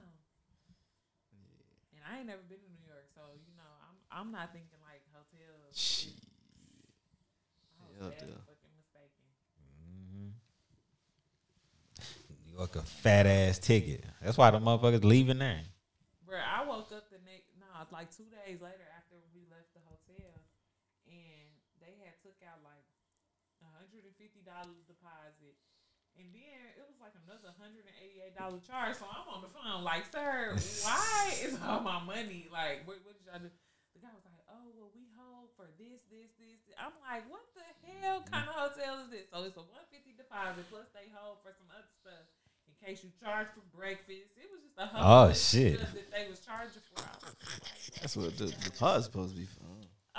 And I ain't never been to New York, so you know, I'm I'm not thinking like hotels. It's- I
Yeah,
was yeah,
duh.
fucking mistaken.
New York a fat ass ticket. That's why the motherfuckers leaving there.
Bruh, I woke up the next no, it's like two days later after we left the hotel and they had took out like a hundred and fifty dollars deposit. And then it was like another hundred and eighty eight dollar charge. So I'm on the phone like, sir, why is all my money? Like, what, what did y'all do? The guy was like, oh, well, we hold for this, this, this. this." I'm like, what the hell kind of hotel is this? So it's a 150 deposit plus they hold for some other stuff in case you charge for breakfast. It was just a whole
Oh,
bunch of
shit.
stuff that they was charging for. I was like,
That's what the deposit supposed to be for.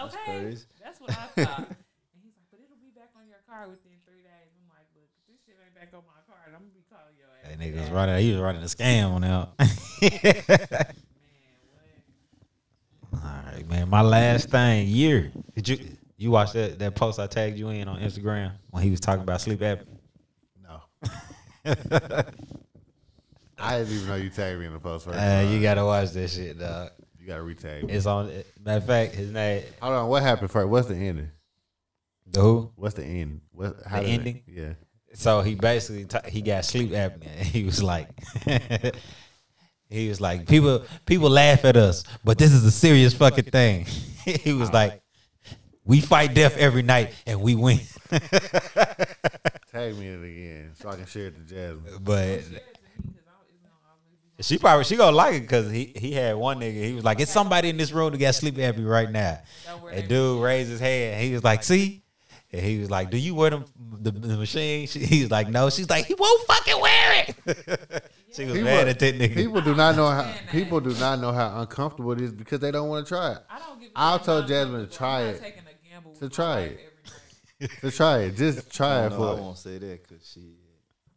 okay,
crazy.
that's what I thought. and he's like, but it'll be back on your car within three days. I'm like, look, if this shit ain't back on my card, I'm gonna be calling your ass.
That nigga was running. He was running a scam on out.
Man, what?
All right, man. My last thing year. Did you you watch that that post I tagged you in on Instagram when he was talking about sleep apnea?
No. I didn't even know you tagged me in the post first.
Uh, you gotta watch that shit, dog.
you gotta retag. me.
It's on. Matter of fact, his name.
Hold on, what happened first? What's the ending?
The who?
What's the end? What how
The
did it-
ending?
yeah.
So he basically t- he got sleep apnea. He was like, he was like, people people laugh at us, but this is a serious fucking thing. he was like, we fight death every night and we win.
Tag me in it again so I can share it to Jasmine.
But
Share it to me 'cause I- it's gonna always be
She probably she gonna like it because he he had one nigga. He was like, "It's somebody in this room that got sleep apnea right now."
Don't worry.
A dude raised his hand. He was like, "See," and he was like, "Do you wear them the, the machine?" She, he was like, "No." She's like, "He won't fucking wear it." she was
People,
mad at that nigga.
people do not know how
understand that.
people do not know how uncomfortable it is because they don't want to try it.
I don't give. a
I'll
damn
tell
about
Jasmine to
people. I'm
try
not
it.
taking a gamble
To
with my
try it.
life every day.
So try it. Just try
I
it
don't know, I
for
won't say that because she.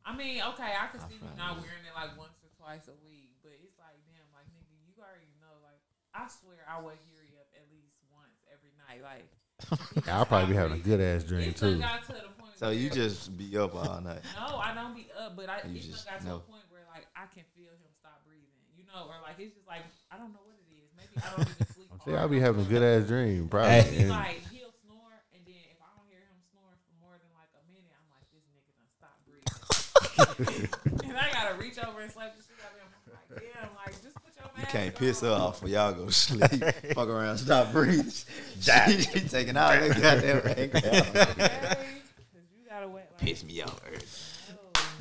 I mean, okay, I could see you not wearing it like once or twice a week, but it's like, damn, like nigga, you already know. Like, I swear, I would hear you up at least once every night. Like,
it. I'll probably be having a good ass
it
drink
done
too.
got to the point.
So
where-
you just be up all night.
no, I don't be up, but I
You
it done
just
got
know.
to a point where like I can feel him stop breathing, you know, or like it's just like I don't know what it is. Maybe I don't even sleep.
See,
hard.
I'll be having a good ass dream,
Oh,
probably.
Hey.
He
And
like he'll snore, and then if I don't hear him snoring for more than like a minute, I'm like, this nigga done stop breathing, and I gotta reach over and slap the shit out of him. I'm like, damn, like just put your
You
mask
can't
on.
piss her off when y'all go to sleep. Fuck around, stop breathing. She, she taking all that goddamn anger out.
Okay? 'Cause you gotta wait. Like,
Piss me off.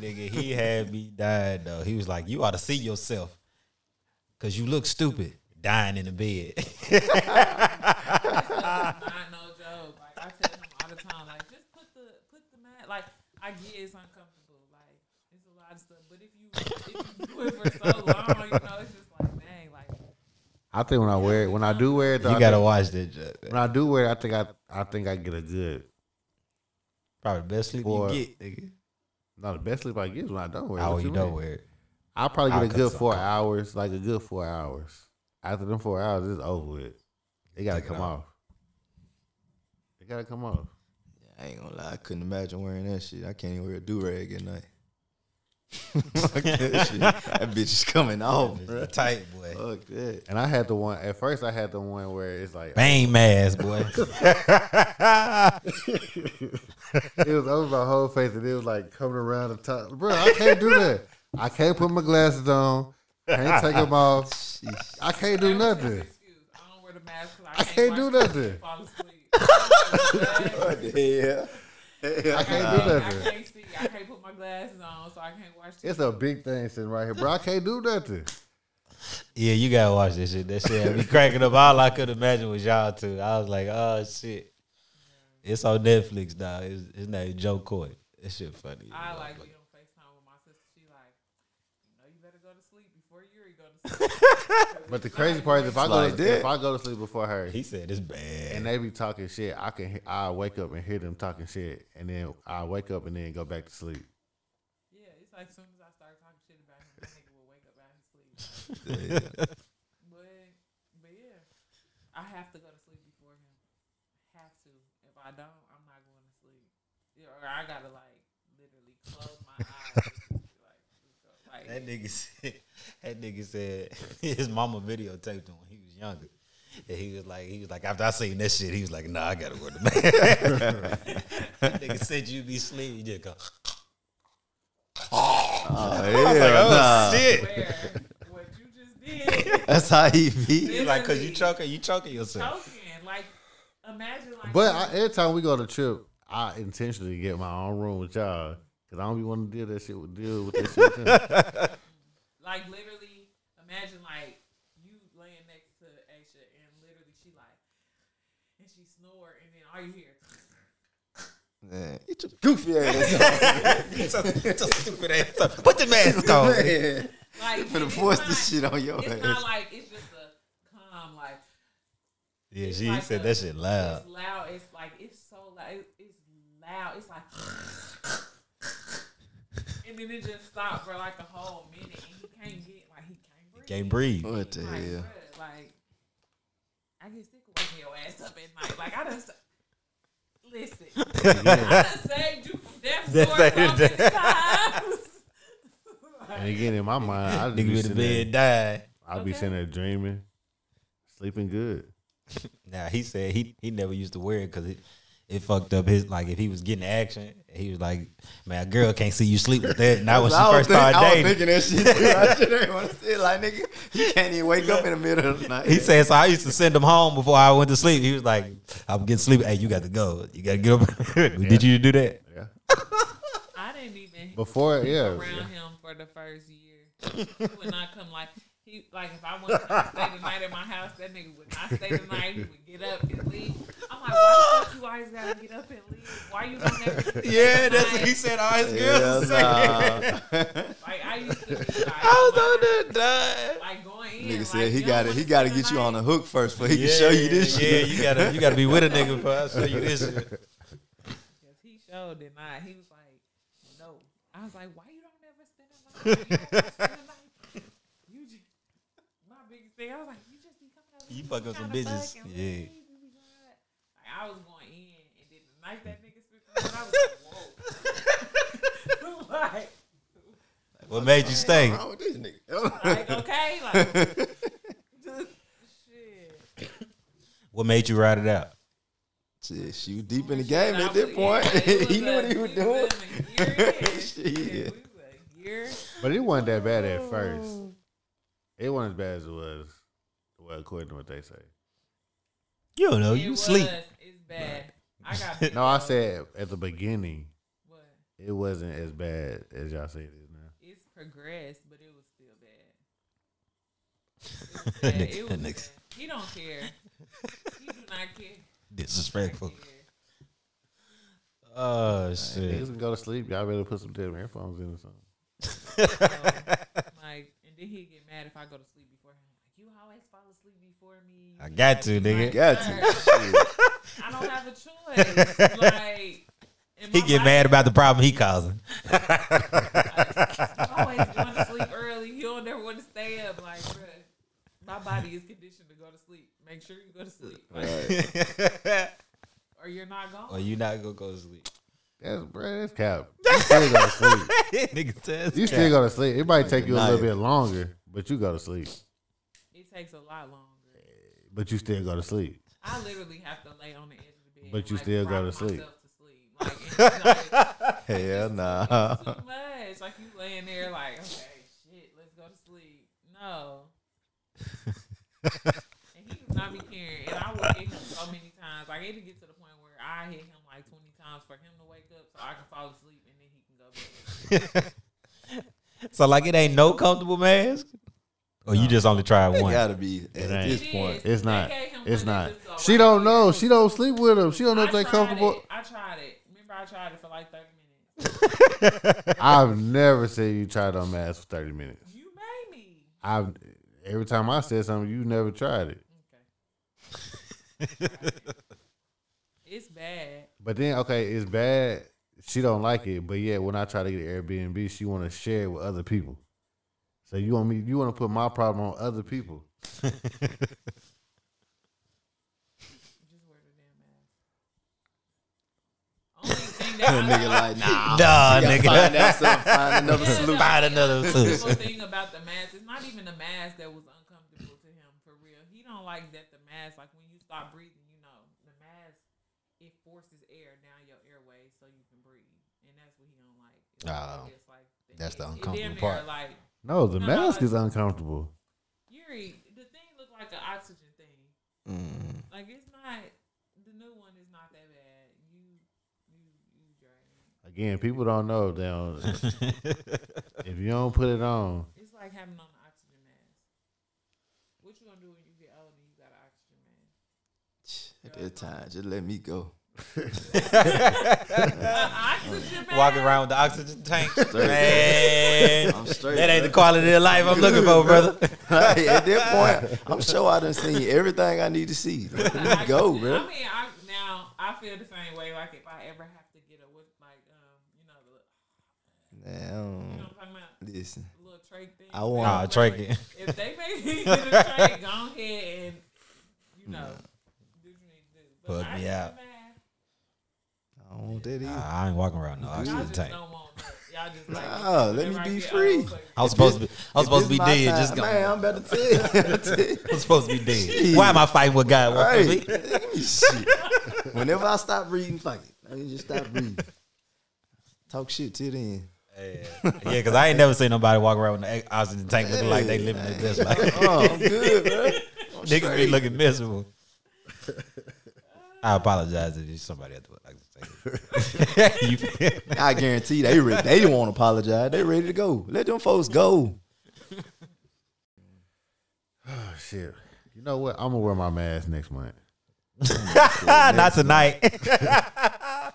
Nigga, he had me dying though. He was like, "You ought to see yourself, cause you look stupid dying in the bed."
not no joke. Like I tell him all the time, like just put the put the mat. Like I get it's uncomfortable. Like it's a lot of stuff. But if you if you do it for so long, you know, it's just like dang, like
I think when I wear it, when I do wear it, though,
you
I
gotta
think-
watch that. Judge.
When I do wear it, I think I, I think I get a good.
Probably the best sleep
Boy.
you get, nigga.
Not the best sleep I get is when I don't wear it.
Oh,
What
you
mean?
don't wear it.
I probably get
I'll
a good
cut
four
some.
hours, like a good four hours. After them four hours, it's over with. It gotta
Take it
come
off.
off. It gotta come off.
I ain't gonna lie, I couldn't imagine wearing that shit. I can't even wear a do rag at night. Fuck that shit. That bitch is coming off, bro.
Tight boy.
Fuck that.
And I had the one at first. I had the one where it's like
Bang mask, boy.
it was over my whole face, and it was like coming around the top. Bro, I can't do that. I can't put my glasses on. Can't take them off. I can't do nothing.
excuse. I don't wear the mask 'cause
I
I
can't
can't,
do
watch
nothing.
people Fall asleep. I'm like, what?
Yeah.
I can't do
I
nothing.
can't see. I can't put my glasses on, so I can't watch. TV.
It's a big thing sitting right here, bro. I can't do nothing.
yeah, you gotta watch this shit. That shit had me cracking up. All I could imagine was y'all too. I was like, oh shit. It's on Netflix now. It's, it's not Joe Coy. That shit funny.
I like being on FaceTime with my sister. She like, you know, you better go to sleep before you go to sleep.
But the crazy part is if I
It's
go
like
to,
that.
if I go to sleep before her,
He said it's bad.
and they be talking shit. I can he- I wake up and hear them talking shit, and then I wake up and then go back to sleep.
Yeah, it's like soon as I start talking shit about him, that nigga will wake up out of his sleep. But but yeah, I have to go to sleep before him. Have to. If I don't, I'm not going to sleep. Yeah, or I gotta like literally close my eyes. and just be like, just go. like
That nigga said, that nigga said his mama videotaped him when he was younger. And he was like, he was like, after I seen that shit, he was like, nah, I gotta wear the mask. that nigga said you be sleeping, you just go,
Oh,
like,
yeah.
oh
nah.
shit.
where what you just did,
That's how he be.
He like, cause you choking, you choking yourself.
choking. Like imagine like.
But I, every time we go on a trip, I intentionally get my own room with y'all because I don't be want to deal that shit with deal with that shit. With them.
Like literally, imagine like you laying next to Aisha and literally she like, and she snore and then all you hear,
Man, get your goofy ass
It's a, it's a stupid ass. up. Put the mask on.
off, man.
like
Finna
it's
force
not-
this shit on your
It's
ass.
not like it's just a calm like.
Yeah,
it's
she
like
said
a-
that shit loud.
It's loud. It's like it's so loud. It, it's loud. It's like. And then it just stopped for like a whole minute, and he can't get like he can't breathe.
Can't breathe.
What the
Like,
hell?
bruh, like, I get sick of waking your ass up at night. Like, I done. s- Listen, I done saved you from death
That's
door
how it
so many
is.
times.
and again, in my mind, I just
Nigga
be
with the
sitting
bed
there,
died.
I be sitting there dreaming, sleeping good.
Now he said he he never used to wear it because it it fucked up his like if he was getting action he was like man a girl can't see you sleep with that and that when she
I was
first started
I was
dating
thinking that shit too. I shouldn't want to say it. Like, nigga, you can't even wake up in the middle of the night.
he said so I used to send him home before I went to sleep he was like I'm getting sleep hey you got to go you got to get up did you do that
Yeah,
I didn't even
before yeah,
around him for the first year. He would not come like he like if I wanted to stay the night at my house, that nigga would not stay the night. He would get up and leave. I'm like, why the fuck you always gotta get up and leave? Why you don't ever?
Yeah, that's what he said. All his girls say.
nah.
Like I used to. Be like,
I was on there, dog.
Like going in.
Nigga
like,
said
you
he
don't
got to
wanna
He got to
spend the
get you
night.
on a hook first before he can show you this
yeah,
shit.
Yeah, you gotta you gotta be with a nigga before I show you this shit.
Cause he showed did not. He was like, no. I was like, why you don't ever spend the night? You don't spend the night. You just, my biggest thing. I was like, you just be coming over.
You
here
fuck up some
trying to
bitches.
fuck and
Yeah.
leave. You be like, like, I was going in, and then the night that nigga spent the night, I was like, whoa. like,
What made you stay?
Wrong with this nigga?
like, okay, like, just, shit.
What made you ride it out?
Shit, she was deep in the
Shit,
game
I
at
was-
that point.
yeah, it
he knew
a-
what he was doing.
a year
Shit.
in. we was a year.
But it wasn't that bad at first. It wasn't as bad as it was, well, according to what they say.
You don't know. Oh,
It
You
was,
sleep.
It's bad. I got beat
No, I
up.
said at the beginning,
What?
it wasn't as bad as y'all say it is now.
It's progressed, but it was still bad. It was bad.
Nigga,
It was
that
bad.
nigga's-
He don't care. He do not care.
Disrespectful.
care. Uh,
Oh
Niggas
shit.
can go to sleep. Y'all better put some damn earphones in or something.
Like, and then he get mad if I go to sleep before him. Like, you always fall asleep before me.
I got to, nigga.
Got to.
I don't have a choice. Like, and
He
my
get
body
mad about the problem he causing.
always going to sleep early. You don't ever want to stay up. Like, bruh, my body is conditioned to go to sleep. Make sure you go to sleep, Like, or you're not gone.
Or Oh, you not gonna go to sleep.
That's bro, that's cap. You still go to sleep.
nigga says
You still go to sleep. It might take you a little
Denial.
bit longer, but you go to sleep.
It takes a lot longer.
But you still go to sleep.
I literally have to lay on the edge of the bed.
But you
and,
still
like,
go
rock
to sleep.
myself to sleep. Like, it's like,
Hell nah.
too much. Like you laying there, like okay, shit, let's go to sleep. No. and he would not be caring, and I would hit him so many times. Like it'd get to the point where I hit him like twenty times for him to wake up, so I can fall asleep, and then he can go back.
So like it ain't no comfortable mask? Or you just only tried
It
one?
gotta be at
ain't.
this
It
point.
is.
It's
They
not.
gave him
It's
one of
not.
these, like,
She don't
right
know.
here.
She don't sleep with them. She don't know if
I
they
tried
comfortable.
It. I tried it. Remember, I tried it for like thirty minutes.
I've never seen you try it on mask for thirty minutes.
You made me.
I've every time I said something, you never tried it.
Okay. It's bad.
But then okay, it's bad. She don't like it, but yet when I try to get Airbnb, she want to share it with other people. So you want me? You want to put my problem on other people?
Just wear the damn mask. Only thing that I
Nigga like,
Nah,
nah. gotta
nigga.
Find out something, find another
Yeah,
solution.
Find another
uncomfortable
solution.
thing about the mask, it's not even the mask that was uncomfortable to him for real. He don't like that the mask, like when you stop breathing, you know, the mask it forces air down your airways so you can breathe, and that's what he don't like. It's
Oh,
it's like
that's the
it- it
uncomfortable
damn near
part.
Like
No, the
No,
mask
it's-
is uncomfortable.
Yuri, the thing looked like an oxygen thing.
Mm.
Like it's not the new one is not that bad. You you you dragging. it.
Again, people don't know. if They don't. if you don't put it on,
It's like having on an oxygen mask. What you gonna do when you get older? You got an oxygen mask.
At that time, just let me go.
An oxygen mask.
Walking around with the oxygen tank. Man.
I'm straight.
That ain't the quality of life I'm looking for, brother.
Like, at that point, I'm sure I done seen everything I need to see. Let me go, bro.
I mean, I, now I feel the same way. Like if I ever have to get a with like um you know the
Nah, I don't-
you know what I'm talking about
listen,
the little trach thing.
I want-
Nah, trach it.
If they make me get a trach, go ahead and you know do what you need to do. But
Pug me
oxygen
out.
mask,
I don't want that
Nah,
either.
I ain't walking around with no
Y'all
oxygen
just
tank.
don't want that. Y'all just like
Nah, let me
whenever I
be
get
free.
old, like,
I was supposed to be I was supposed to be
If it's my
dead.
time,
Just gone.
man. I'm about to tell you. I'm tell you.
I'm supposed to be dead. Why am I fighting with God? Right.
Right. Shit. Whenever I stop breathing, fuck it. I just stop breathing. Talk shit till then.
Yeah, because I ain't never seen nobody walk around with an oxygen tank looking like they living their best life.
Oh, I'm good, bro.
Niggas be looking miserable. I apologize if you somebody at the oxygen tank. you,
I guarantee they re- they don't want to apologize. They ready to go. Let them folks go.
Oh shit. You know what? I'm gonna wear my mask next month.
Not tonight.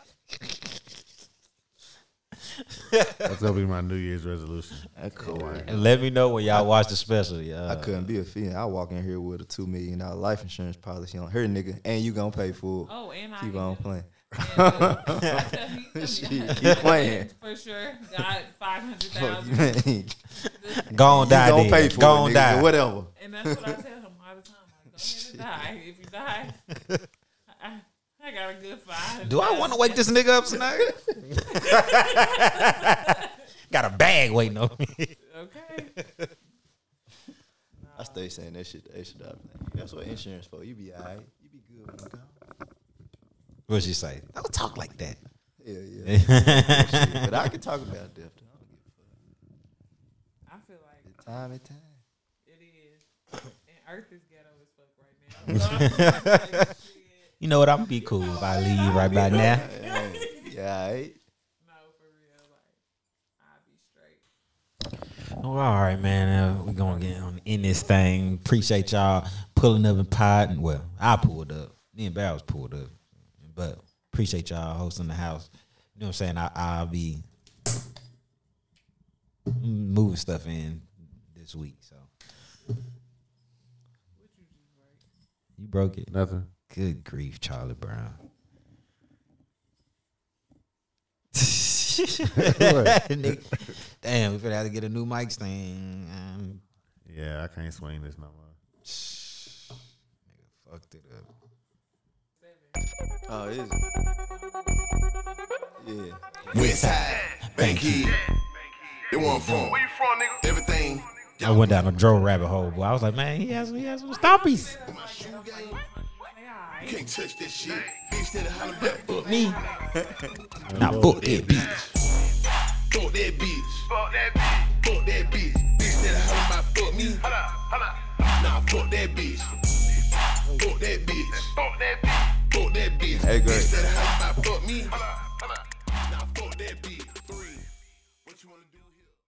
That's gonna be my New Year's resolution.
That cool.
And let me know when y'all watch the special.
I
Yeah.
couldn't be a fiend. I walk in here with a two million dollar life insurance policy on her nigga, and you gonna pay for it.
Oh, and I
Keep on playing.
playing.
Shit, keep playing.
For sure, got five hundred
Fuck you,
thousand,
man. You
Go on, die.
gonna
Don't
pay for
Go
it,
on,
nigga,
die.
whatever.
and that's what I tell him all the time. Like, go ahead and die. If you die, I, I got a good five.
Do I want to wake this nigga up tonight? Got a bag waiting on me.
Okay.
I stay saying that shit. That shit up. man. That's what insurance for. You be alright. You be good when you go.
What she say? Don't talk like that.
Yeah, yeah. That shit. But I can talk about death. though. I don't give
I feel like
a fuck. Time and time.
it is, and Earth is ghetto as fuck right now. So, shit,
You know what? I'm gonna be cool if I leave right by now.
Yeah, alright.
no, for real, like I be straight.
Well, Oh, all right, man. Uh, we're gonna get on in this thing. Appreciate y'all pulling up and pod. And well, I pulled up. Me and Barrels pulled up, but appreciate y'all hosting the house. You know what I'm saying? I, I'll be moving stuff in this week. So you broke it.
Nothing.
Good grief, Charlie Brown. Nigga. Damn, we finna have to get a new mic stand. Um,
Yeah, I can't swing this no more.
nigga, fucked it up.
Oh, is it? Yeah.
Westside, Banky. They want from
Where you from, nigga?
everything.
I went down a Joe rabbit hole, boy. I was like, man, he has he has some stompies.
My shoe game.
Say, all right.
Can't touch that shit. Bitch, that holler back for me.
Me. Nah, fuck that bitch.
Fuck that bitch.
Fuck that bitch.
Fuck that bitch. Bitch, that holler back fuck me.
Hold up, hold up.
Nah, fuck that bitch. Fuck that bitch.
Fuck that bitch.
Fuck that bitch.
Hey, great.
bitch, that holler back fuck me.
Hold up, hold up.
Nah, fuck that bitch. Three. What you wanna do here?